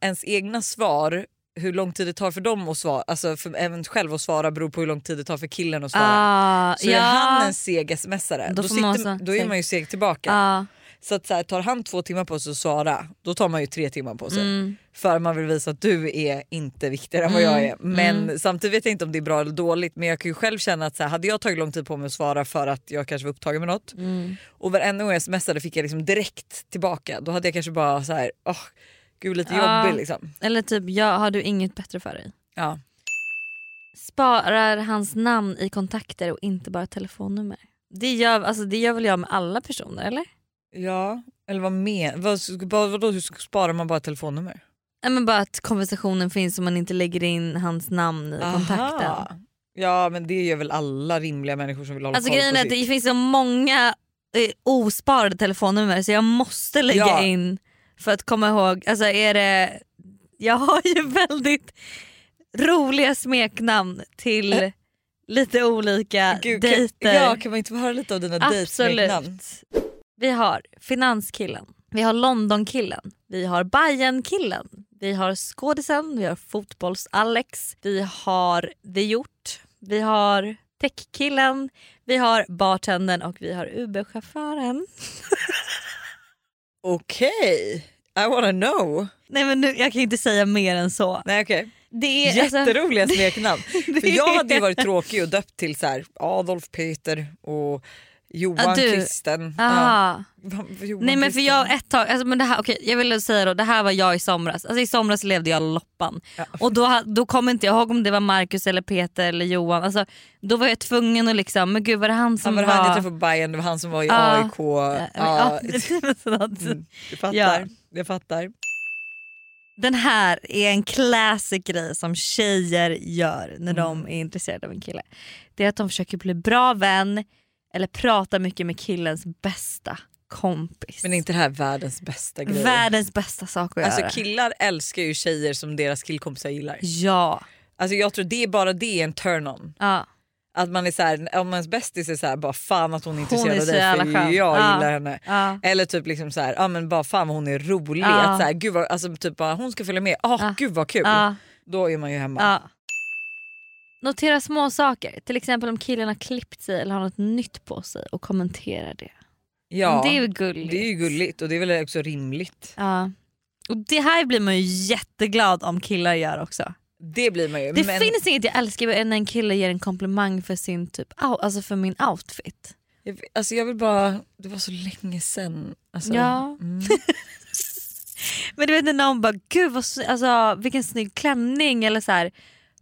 ens egna svar, hur lång tid det tar för dem att svara, alltså för även själv att svara beror på hur lång tid det tar för killen att svara. Ah, Så ja. är han en seg smsare då, Då får sitter, man också- då är man ju seg tillbaka. ah, Så att så här, tar han två timmar på sig att svara då tar man ju tre timmar på sig. mm. För man vill visa att du är inte viktigare än vad jag är. Men Mm. samtidigt vet jag inte om det är bra eller dåligt men jag kan ju själv känna att så här, hade jag tagit lång tid på mig att svara för att jag kanske var upptagen med något Mm. och varenda gång jag smsade fick jag liksom direkt tillbaka då hade jag kanske bara så här, åh gud lite Ja. jobbig liksom. Eller typ, ja, har du inget bättre för dig? Ja. Sparar hans namn i kontakter och inte bara telefonnummer. Det gör, alltså, det gör väl jag med alla personer eller? ja. Eller vad men, vad, vad, vadå, hur sparar man bara telefonnummer? Nej, men bara att konversationen finns och man inte lägger in hans namn i kontakten. Aha. Ja men det gör väl alla rimliga människor som vill hålla Alltså koll grejen på är att sitt. det finns så många eh, osparade telefonnummer så jag måste lägga Ja. in för att komma ihåg. Alltså är det... Jag har ju [laughs] väldigt roliga smeknamn till lite olika Eh. Gud, dejter. Kan, ja, kan man inte få höra lite av dina dejtsmeknamn? Absolut. Vi har finanskillen, vi har Londonkillen, vi har Bajenkillen, vi har skådisen, vi har fotbolls-Alex, vi har The Hjort, vi har techkillen, vi har bartendern och vi har Uberchauffören. Okej, I wanna know. Nej men nu, jag kan inte säga mer än så. Nej, okay. Det är, alltså, Jätteroliga [laughs] smeknamn. det För jag hade ju är- varit tråkig och döpt till så här Adolf Peter och Ah, Johan, du. Kristen. Aha. Va- va- Johan, Nej men för Kristen. jag ett tag, alltså, men det här, okej, jag ville säga då, det här var jag i somras. Alltså, I somras levde jag loppan. Och då, ha- då kommer inte jag ihåg om det var Marcus eller Peter eller Johan. Alltså, då var jag tvungen att liksom, men gud var det han Han som var var... det han jag träffade på Bayern, det var han som var i Ja. AIK. Ja, typ men, Ja, ja. Mm, jag fattar. Ja. Jag fattar. Den här är en classic grej som tjejer gör när de Mm. är intresserade av en kille. Det är att de försöker bli bra vän eller prata mycket med killens bästa kompis. Men är inte det här världens bästa grej? Världens bästa sak att Alltså göra. killar älskar ju tjejer som deras killkompisar gillar. Ja. Alltså jag tror det är bara det är en turn-on. ja. Att man är så här, om ens bästis är så här, bara fan att hon är Hon intresserad är av så dig jävla för jag skön. Ja. gillar henne. Ja. Eller typ liksom så här, ja men bara fan vad hon är rolig. Ja. Att så här, gud vad, alltså typ bara, hon ska följa med, ah, Ja. gud vad kul. Ja. Då är man ju hemma. Ja. Notera små saker. Till exempel om killen har klippt sig eller har något nytt på sig och kommentera det. Ja, Det är ju gulligt. det är ju gulligt och det är väl också rimligt. Ja. Och det här blir man ju jätteglad om killar gör också. Det blir man ju. Det men finns inget jag älskar än när en kille ger en komplimang för sin typ, au- alltså för min outfit. jag, alltså jag vill bara, det var så länge sen. Alltså, Ja. mm. Men du vet när någon bara, gud vad, sny- alltså, vilken snygg klänning eller så här.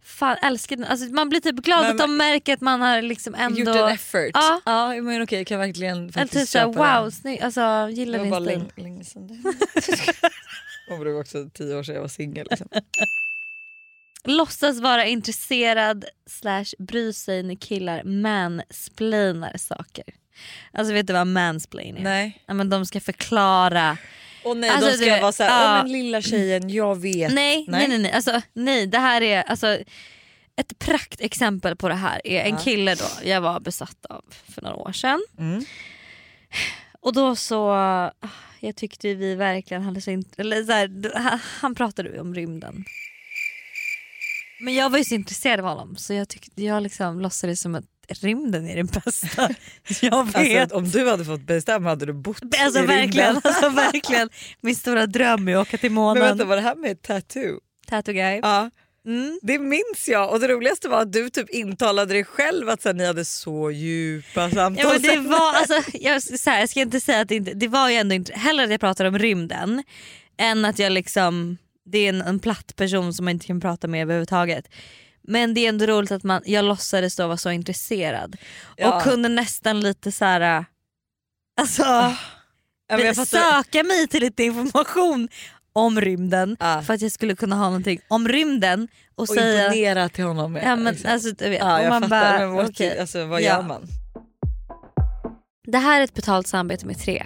Fan älskar den. Alltså, man blir typ glad Men- att de märker att man har liksom [laughs] ändå... Gjort en effort. Ja. ja men okej jag kan verkligen Eller faktiskt typ såhär, köpa den. wow, snygg, alltså Det gillar var bara din stil. länge, länge sedan [laughs] det Och det var också tio år sedan jag var singel. [laughs] Liksom. Låtsas vara intresserad slash bry sig när killar mansplainar saker. Alltså vet du vad mansplain är? Nej. Ja, men de ska förklara. Och nej, Alltså, de ska det- vara såhär, ja. åh men lilla tjejen jag vet. Nej, nej, nej. nej. Alltså, nej det här är alltså, ett praktexempel på det här. är En kille då jag var besatt av för några år sedan. Mm. Och då så, ah, jag tyckte vi verkligen hade så, int- eller så här, d- han- han pratade ju om rymden. Men jag var ju så intresserad av honom så jag, tyckte, jag liksom låtsades som att rymden är det [laughs] bästa jag vet. Alltså, att om du hade fått bestämma hade du bott Alltså i rymden. [laughs] verkligen, alltså verkligen. Min stora dröm är att åka till Men månen. vänta var det här med tattoo? Tattoo guy. Ja. Mm. Det minns jag och det roligaste var att du typ intalade dig själv att så här, ni hade så djupa samtal. [laughs] Ja, men det sen. var, alltså, jag, så här, jag ska inte säga att det inte, det var ju ändå inte, hellre att jag pratar om rymden än att jag liksom, det är en, en platt person som man inte kan prata med överhuvudtaget. Men det är ändå roligt att man, jag låtsades då vara så intresserad Ja. och kunde nästan lite så här. alltså [laughs] Ja, men jag fattar. söka mig till lite information om rymden Ja. för att jag skulle kunna ha någonting om rymden och, Och säga imponera till honom. Ja, men, Exakt. alltså, du vet, ja, och jag man fattar bara, men vad, okej. alltså, vad Ja. gör man? Det här är ett betalt samarbete med tre.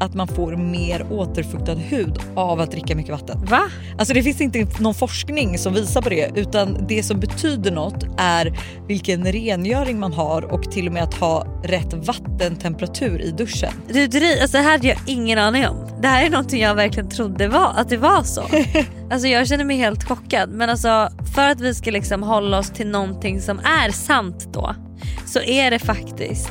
att man får mer återfuktad hud av att dricka mycket vatten. Va? Alltså det finns inte någon forskning som visar på det utan det som betyder något är vilken rengöring man har och till och med att ha rätt vattentemperatur i duschen. Du, dri- alltså, det här hade jag ingen aning om. Det här är någonting jag verkligen trodde var, att det var så. alltså, jag känner mig helt chockad. Men alltså, för att vi ska liksom hålla oss till någonting som är sant då så är det faktiskt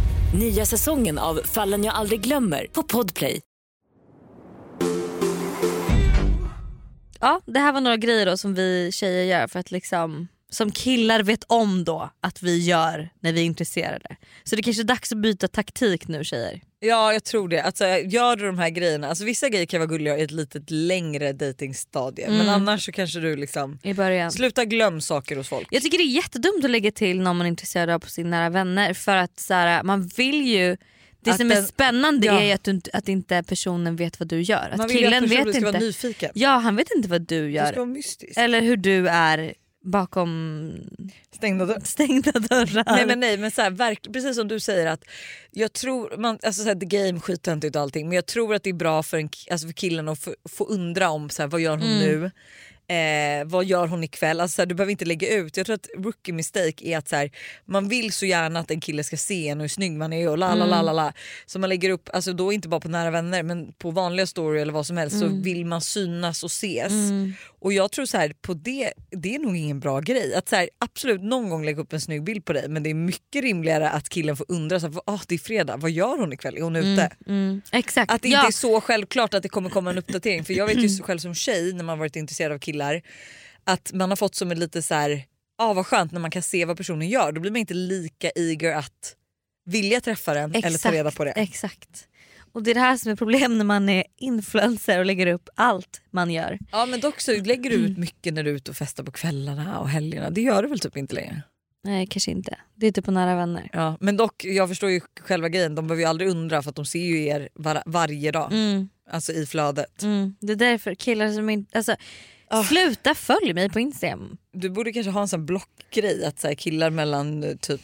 Nya säsongen av Fallen jag aldrig glömmer på Podplay. Ja, det här var några grejer då som vi tjejer gör för att liksom som killar vet om då att vi gör när vi är intresserade. Så det kanske är dags att byta taktik nu tjejer. Ja jag tror det. Alltså, gör du de här grejerna, alltså, vissa grejer kan vara gulliga i ett lite längre dejtingstadie Mm. men annars så kanske du liksom I början. sluta glöm saker hos folk. Jag tycker det är jättedumt att lägga till någon man är intresserad av på sin nära vänner för att så här, man vill ju det Att som är den- spännande Ja. är ju att, du, inte- att inte personen vet vad du gör. Att Man vill ju att killen personen vet ska vara inte. nyfiken. Ja han vet inte vad du Det ska gör. vara mystiskt. Eller hur du är bakom Stängda dörrar. stängda dörrar. Nej men, nej, men så här, verk, precis som du säger att jag tror, man, alltså så här, the game skittöntigt och allting men jag tror att det är bra för, en, ki- alltså för killen att få, få undra om så här, vad gör hon Mm. nu? Eh, vad gör hon ikväll? Alltså, så här, du behöver inte lägga ut. Jag tror att rookie mistake är att så här, man vill så gärna att en kille ska se en och hur snygg man är och la la la la la. Så man lägger upp, alltså då inte bara på nära vänner men på vanliga story eller vad som helst så vill man synas och ses. Och jag tror så här, på det, det är nog ingen bra grej. Att så här, absolut någon gång lägga upp en snygg bild på dig men det är mycket rimligare att killen får undra så här, "Vad- ah, det är fredag, vad gör hon ikväll? Är hon ute? Mm, exakt. Att det ja. Mm. inte är så självklart att det kommer komma en uppdatering. För jag vet ju själv som tjej när man varit intresserad av killar att man har fått som en lite så här, ah, vad skönt när man kan se vad personen gör. Då blir man inte lika eager att vilja träffa den eller ta reda på det. Exakt. Och det är det här som är problem när man är influencer och lägger upp allt man gör. Ja men dock Mm. så lägger du ut mycket när du är ute och festar på kvällarna och helgerna. Det gör du väl typ inte längre? Nej kanske inte. Det är typ på nära vänner. Ja, men dock, jag förstår ju själva grejen. De behöver ju aldrig undra för att de ser ju er var- varje dag. Mm, Alltså i flödet. mm. Det är därför killar som inte... Alltså, Ah. Sluta följ mig [laughs] på Instagram. Du borde kanske ha en sån här blockgrej att så här, killar mellan eh, typ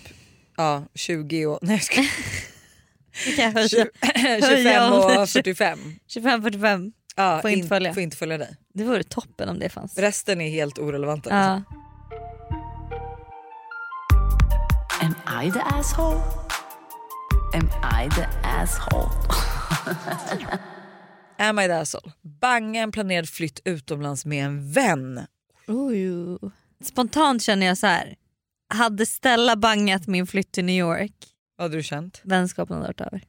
ja, 20 och... [laughs] Nej jag [laughs] skojar. Det kan jag höja. 25 och 45. 25-45. Ja, Får inte in- följa. Får inte följa dig. Det vore toppen om det fanns. Resten är helt orelevanta. liksom. Ja. Am I the asshole? Am I the asshole? Liksom. Am I the asshole? Banga en planerad flytt utomlands med en vän. Oj. Spontant känner jag så här. Hade Stella bangat min flytt till New York, Vad hade du känt? vänskapen hade varit Mm. över.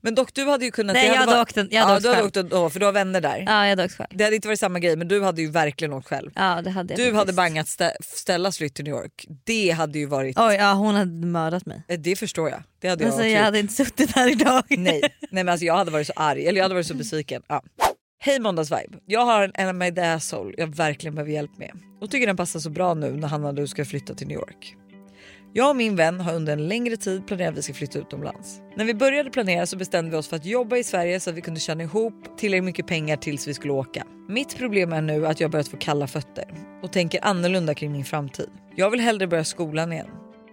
Men dock du hade ju kunnat... Nej, det jag hade varit- åkt en- jag hade Ja åkt du hade själv. åkt ändå för du har vänner där. Ja, jag hade också själv. Det hade inte varit samma grej men du hade ju verkligen åkt själv. Ja, det hade jag Du hade faktiskt. bangat stä- Stellas flytt till New York. Det hade ju varit... Oj, ja, hon hade mördat mig. Eh, Det förstår jag. Det hade jag Alltså, också jag gjort. hade inte suttit här idag. [laughs] Nej, Nej men alltså, jag hade varit så arg. Eller jag hade varit så besviken. Ja. Hej måndagsvibe. Jag har en Am I the asshole jag verkligen behöver hjälp med. Och tycker den passar så bra nu när Hanna du ska flytta till New York. Jag och min vän har under en längre tid planerat att vi ska flytta utomlands. När vi började planera så bestämde vi oss för att jobba i Sverige så att vi kunde tjäna ihop tillräckligt mycket pengar tills vi skulle åka. Mitt problem är nu att jag börjat få kalla fötter och tänker annorlunda kring min framtid. Jag vill hellre börja skolan igen.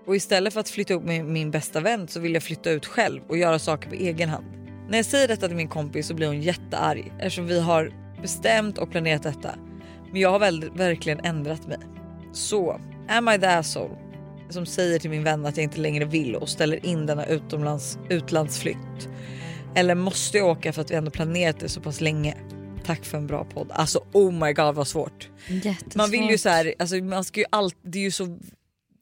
Och istället för att flytta ihop med min bästa vän så vill jag flytta ut själv och göra saker på egen hand. När jag säger detta till min kompis så blir hon jättearg eftersom vi har bestämt och planerat detta. Men jag har väl, verkligen ändrat mig. Så, am I the asshole? som säger till min vän att jag inte längre vill och ställer in denna utomlands, utlandsflytt? Eller måste jag åka för att vi ändå planerat det så pass länge? Tack för en bra podd. Alltså oh my god vad svårt. Jättesvårt. Man vill ju så här, alltså man ska ju allt, det är ju så...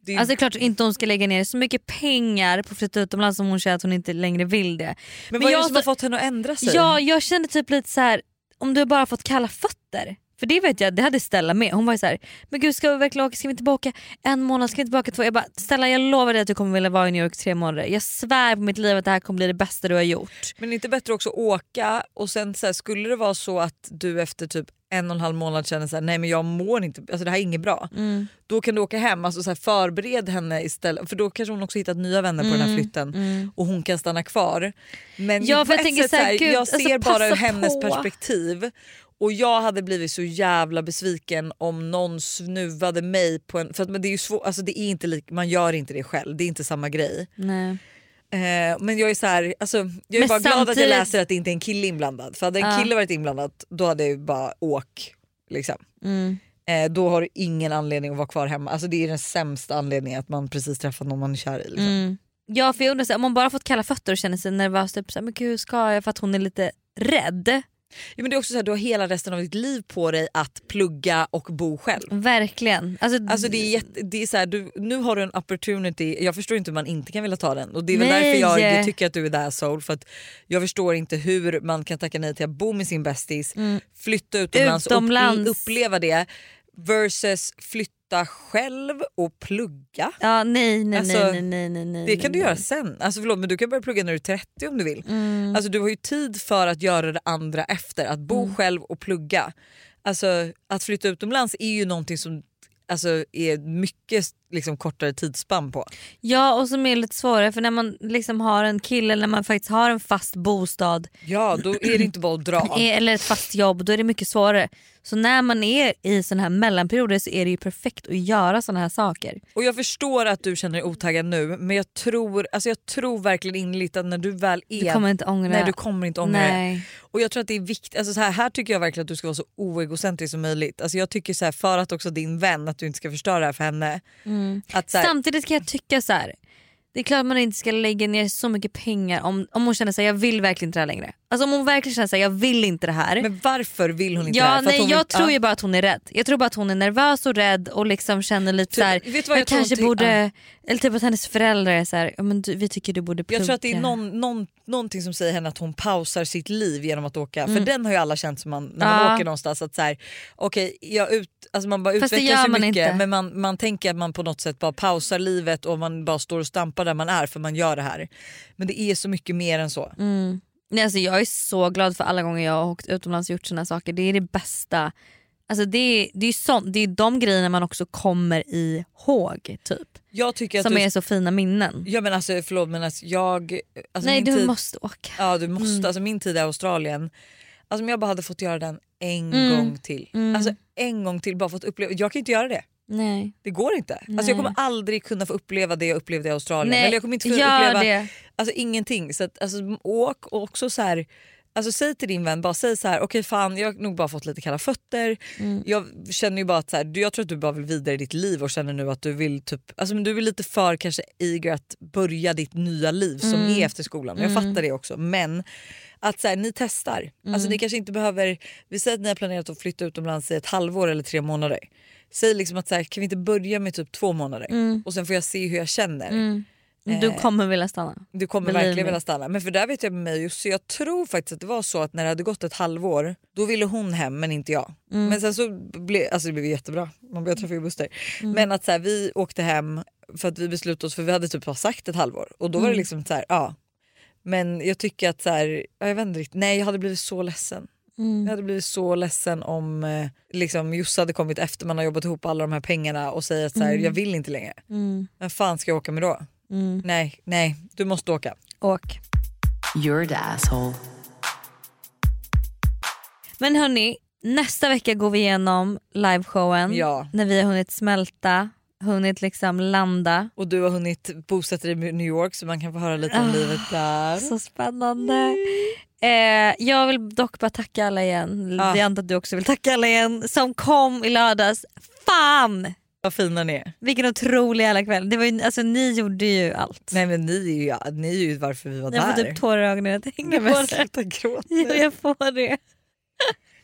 Det är ju, Alltså det är klart inte hon ska lägga ner så mycket pengar på att flytta utomlands som hon känner att hon inte längre vill det. men vad är det jag, som har fått henne att ändra sig? ja, jag kände typ lite så här om du bara har fått kalla fötter. För det vet jag, det hade Stella med. Hon var ju så här, men gud ska vi verkligen åka? Ska vi inte bara åka en månad? Ska vi inte bara åka två? Jag bara, Stella jag lovar dig att du kommer vilja vara i New York tre månader. Jag svär på mitt liv att det här kommer bli det bästa du har gjort. Men är det inte bättre också att åka och sen så här, skulle det vara så att du efter typ en och en halv månad känner så här, nej men jag mår inte, alltså det här är inget bra. Mm. Då kan du åka hem, alltså så här, förbered henne istället för då kanske hon också hittat nya vänner på den här flytten och hon kan stanna kvar. Men Mm, Ja, på för jag ett tänker sätt så här, gud, jag ser alltså, bara ur passa hennes på. perspektiv och jag hade blivit så jävla besviken om någon snuvade mig på en, för att, men det är ju svårt, alltså det är inte lik, man gör inte det själv, det är inte samma grej. Nej. Eh, men jag är så här, alltså, jag är Men bara glad att jag samtidigt- läser att det inte är en kille inblandad. För hade en Ja. kille varit inblandad då hade jag ju bara åk. Liksom. Mm. Eh, då har du ingen anledning att vara kvar hemma. Alltså, det är den sämsta anledningen att man precis träffat någon man är kär i. Liksom. Mm. Ja för jag undrar, så här, om man bara fått kalla fötter och känner sig nervös, typ så här, men gud hur ska jag? För att hon är lite rädd. Ja, men det är också så här, du har hela resten av ditt liv på dig att plugga och bo själv. Verkligen. Alltså, Alltså det är jätte, det är så här, du, nu har du en opportunity, jag förstår inte hur man inte kan vilja ta den. Och det är väl Nej. därför jag, jag tycker att du är där soul för att jag förstår inte hur man kan tacka nej till att bo med sin bästis, flytta utomlands, Utomlands. och uppleva det versus flytta flytta själv och plugga. Ja, nej, nej, Alltså, nej, nej, nej, nej, nej. Det kan du nej. göra sen. Alltså förlåt men du kan börja plugga när du är 30 om du vill. Mm. Alltså du har ju tid för att göra det andra efter. Att bo själv och plugga. Alltså att flytta utomlands är ju någonting som alltså, är mycket liksom, kortare tidsspann på. Ja, och som är lite svårare för när man liksom har en kille eller när man faktiskt har en fast bostad Ja då är det inte bara att [clears throat] dra. eh, eller ett fast jobb då är det mycket svårare. Så när man är i sådana här mellanperioder så är det ju perfekt att göra sådana här saker. Och jag förstår att du känner dig otaggad nu men jag tror, alltså, jag tror verkligen innerligt att när du väl är... Du kommer inte ångra Nej du kommer inte ångra dig. Nej. Och jag tror att det är viktigt, alltså så här, här tycker jag verkligen att du ska vara så oegocentrisk som möjligt. Alltså jag tycker så här, för att också din vän, att du inte ska förstöra det här för henne. Mm. Att så här, Samtidigt kan jag tycka så här. Det är klart man inte ska lägga ner så mycket pengar om, om hon känner sig jag vill verkligen inte det här längre. Alltså om hon verkligen känner sig jag vill inte det här. men varför vill hon inte ja, det här? För att nej, hon jag vill- tror ja. ju bara att hon är rädd. Jag tror bara att hon är nervös och rädd och liksom känner lite Typ, så här, vet du vad jag, jag tror hon kanske ty- borde, eller typ att hennes föräldrar är så här, ja, men du, vi tycker du borde plugga. Jag tror att det är någon, någon, någonting som säger henne att hon pausar sitt liv genom att åka. För den har ju alla känt som man, när man Mm. Ja. åker någonstans. Att så här, okej, jag ut, alltså man bara Fast det utvecklar gör sig man mycket inte. men man, man tänker att man på något sätt bara pausar livet och man bara står och stampar där man är för man gör det här. Men det är så mycket mer än så. Mm. Nej, alltså, jag är så glad för alla gånger jag har åkt utomlands och gjort sådana saker. Det är det bästa. Alltså, det, är, det, är sånt, det är de grejerna man också kommer ihåg typ. Jag tycker att Som du, är så fina minnen. Ja men alltså förlåt men alltså jag... Alltså Nej min du tid, måste Mm. åka. Ja du måste, alltså min tid i Australien. Alltså om jag bara hade fått göra den en Mm. gång till. Alltså en gång till, bara fått uppleva. Jag kan inte göra det. Nej. Det går inte. Alltså jag kommer aldrig kunna få uppleva det jag upplevde i Australien. Nej, Eller jag kommer inte få gör uppleva det. Alltså, ingenting. Så att, alltså, åk och också så här, alltså, säg till din vän, bara säg så här, okej fan jag har nog bara fått lite kalla fötter. Jag känner ju bara att så här, du- jag tror att du bara vill vidare i ditt liv och känner nu att du vill typ, alltså, men du är lite för kanske eager att börja ditt nya liv som är efter skolan. Jag fattar det också men att så här, ni testar. Alltså, ni kanske inte behöver, vi säger att ni har planerat att flytta utomlands i ett halvår eller tre månader. Säg liksom att så här, kan vi inte börja med typ två månader och sen får jag se hur jag känner. Du Eh. kommer vilja stanna. Du kommer Believe verkligen me. vilja stanna. Men för där vet jag med mig just, så jag tror faktiskt att det var så att när det hade gått ett halvår då ville hon hem men inte jag. Mm. Men sen så blev alltså det blev jättebra, man blev träffa ju Buster. Mm. Men att så här, vi åkte hem för att vi beslutade oss för vi hade typ bara sagt ett halvår och då var Mm. det liksom så här, ja. Men jag tycker att så här, ja, jag vet inte riktigt, nej jag hade blivit så ledsen. Mm. Jag hade blivit så ledsen om eh, liksom, Josse hade kommit efter man har jobbat ihop alla de här pengarna och säger att så här, Mm. jag vill inte längre. Vem fan ska jag åka med då? Nej, nej, du måste åka. Åk. You're the asshole. Men hörni, nästa vecka går vi igenom liveshowen. Ja. När vi har hunnit smälta, hunnit liksom landa. Och du har hunnit bosätta dig i New York så man kan få höra lite om livet där. Så spännande. Eh, jag vill dock bara tacka alla igen. Ah. Jag antar att du också vill tacka alla igen som kom i lördags. Fan Vad fina ni är. vilken otrolig jävla kväll. Det var ju, alltså, ni gjorde ju allt. Nej men ni är ju, ja, ni är ju varför vi var jag får där. typ tårar i ögonen när jag tänker Nej, men på det. sluta gråta. [laughs] Ja, jag får det.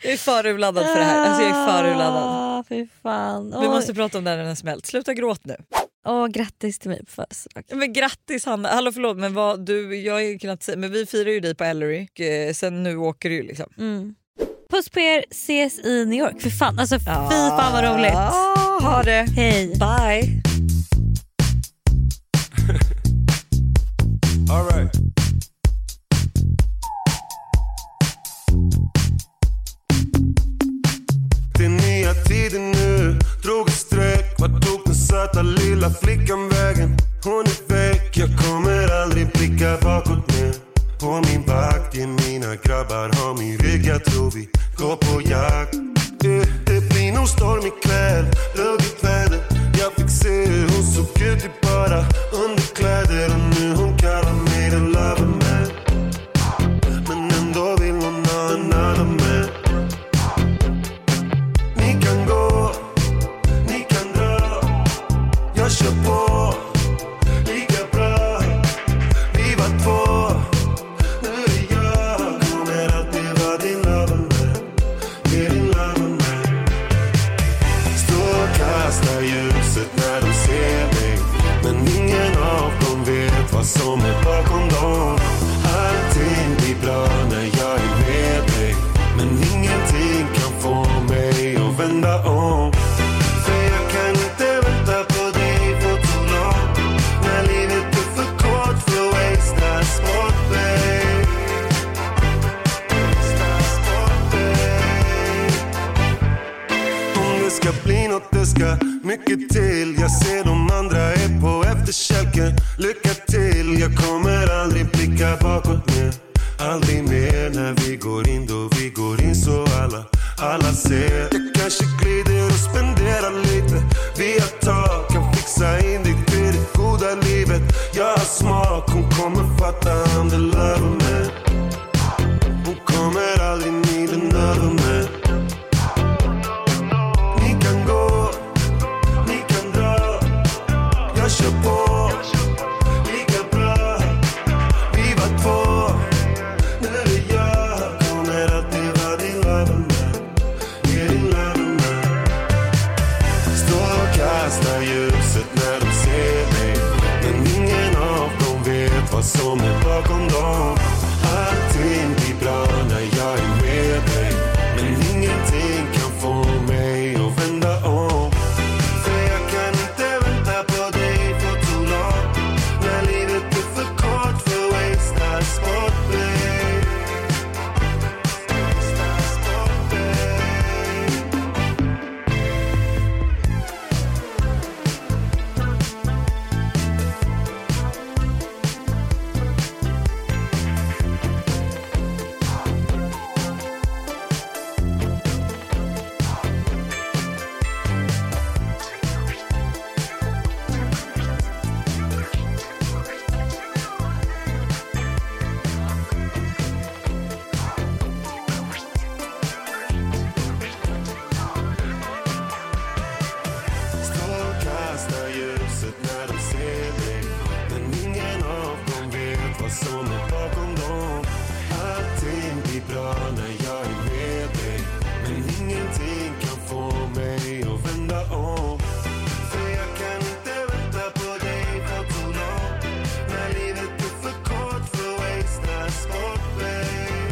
Jag är förurladdad för det här. Alltså jag är förurladdad. Ah, fy fan. Vi Åh, måste prata om det här när den har smält. Sluta gråta nu. åh, grattis till mig på födelsedag. Men grattis Hanna. Hallå förlåt men vad du, jag har ju kunnat säga, men vi firar ju dig på Ellery och eh, sen nu åker du ju liksom. Puss på er, ses i New York. För fan, alltså fy fan vad roligt. Ah, ha det. Hej. Bye. All right. Den nya tiden nu drog ett streck Vart tog den söta lilla flickan vägen? Hon är väck Jag kommer aldrig blicka bakåt mer På min vakt, ge mina grabbar har min rygg Jag tror vi går på jakt Eh, Det blir nog storm ikväll, ruggigt väder Jag fick se hur hon såg ut i bara underkläder Och nu hon kallar mig den lover man Men ändå vill hon ha en annan man ni kan gå, ni kan dra Jag kör på, lika bra Vi var två, nu är jag Kommer alltid vara din loverman, är din loverman Strålkastar ljuset när de ser mig Men ingen av dem vet vad som är bakom dem Allting blir bra när jag är med dig Men ingenting kan få mig att vända om För jag kan inte mycket till Jag ser de andra är på efterkälken Lycka till, jag kommer aldrig blicka bakåt mer Aldrig mer när vi går in då vi går in så alla, alla ser Jag kanske glider och spenderar lite Via tak, kan fixa in dig till det goda livet Jag har smak, hon kommer fatta om det love me Hon kommer aldrig need another man ni kan gå, ni kan dra Jag kör på, lika bra Vi var två, nu är det jag Kommer alltid vara din love man, är din love man Står och kastar ljuset när de ser mig Men ingen av dem vet vad som är bakom dem Allting blir bra när jag är med dig Men ingenting kan få mig att vända om För jag kan inte vänta på dig för too long När livet är för kort för wasted sport, babe Wasted sport, babe Står och kastar ljuset när de ser dig Men ingen av dem vet vad som är bakom dem Allting blir bra när jag är med dig Men ingenting kan få mig att vända om För jag kan inte vänta på dig för too long När livet är för kort för wasted sport, babe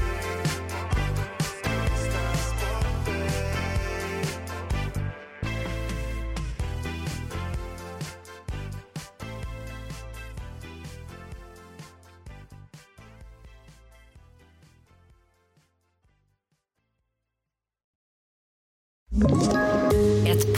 Wasted sport, babe Ett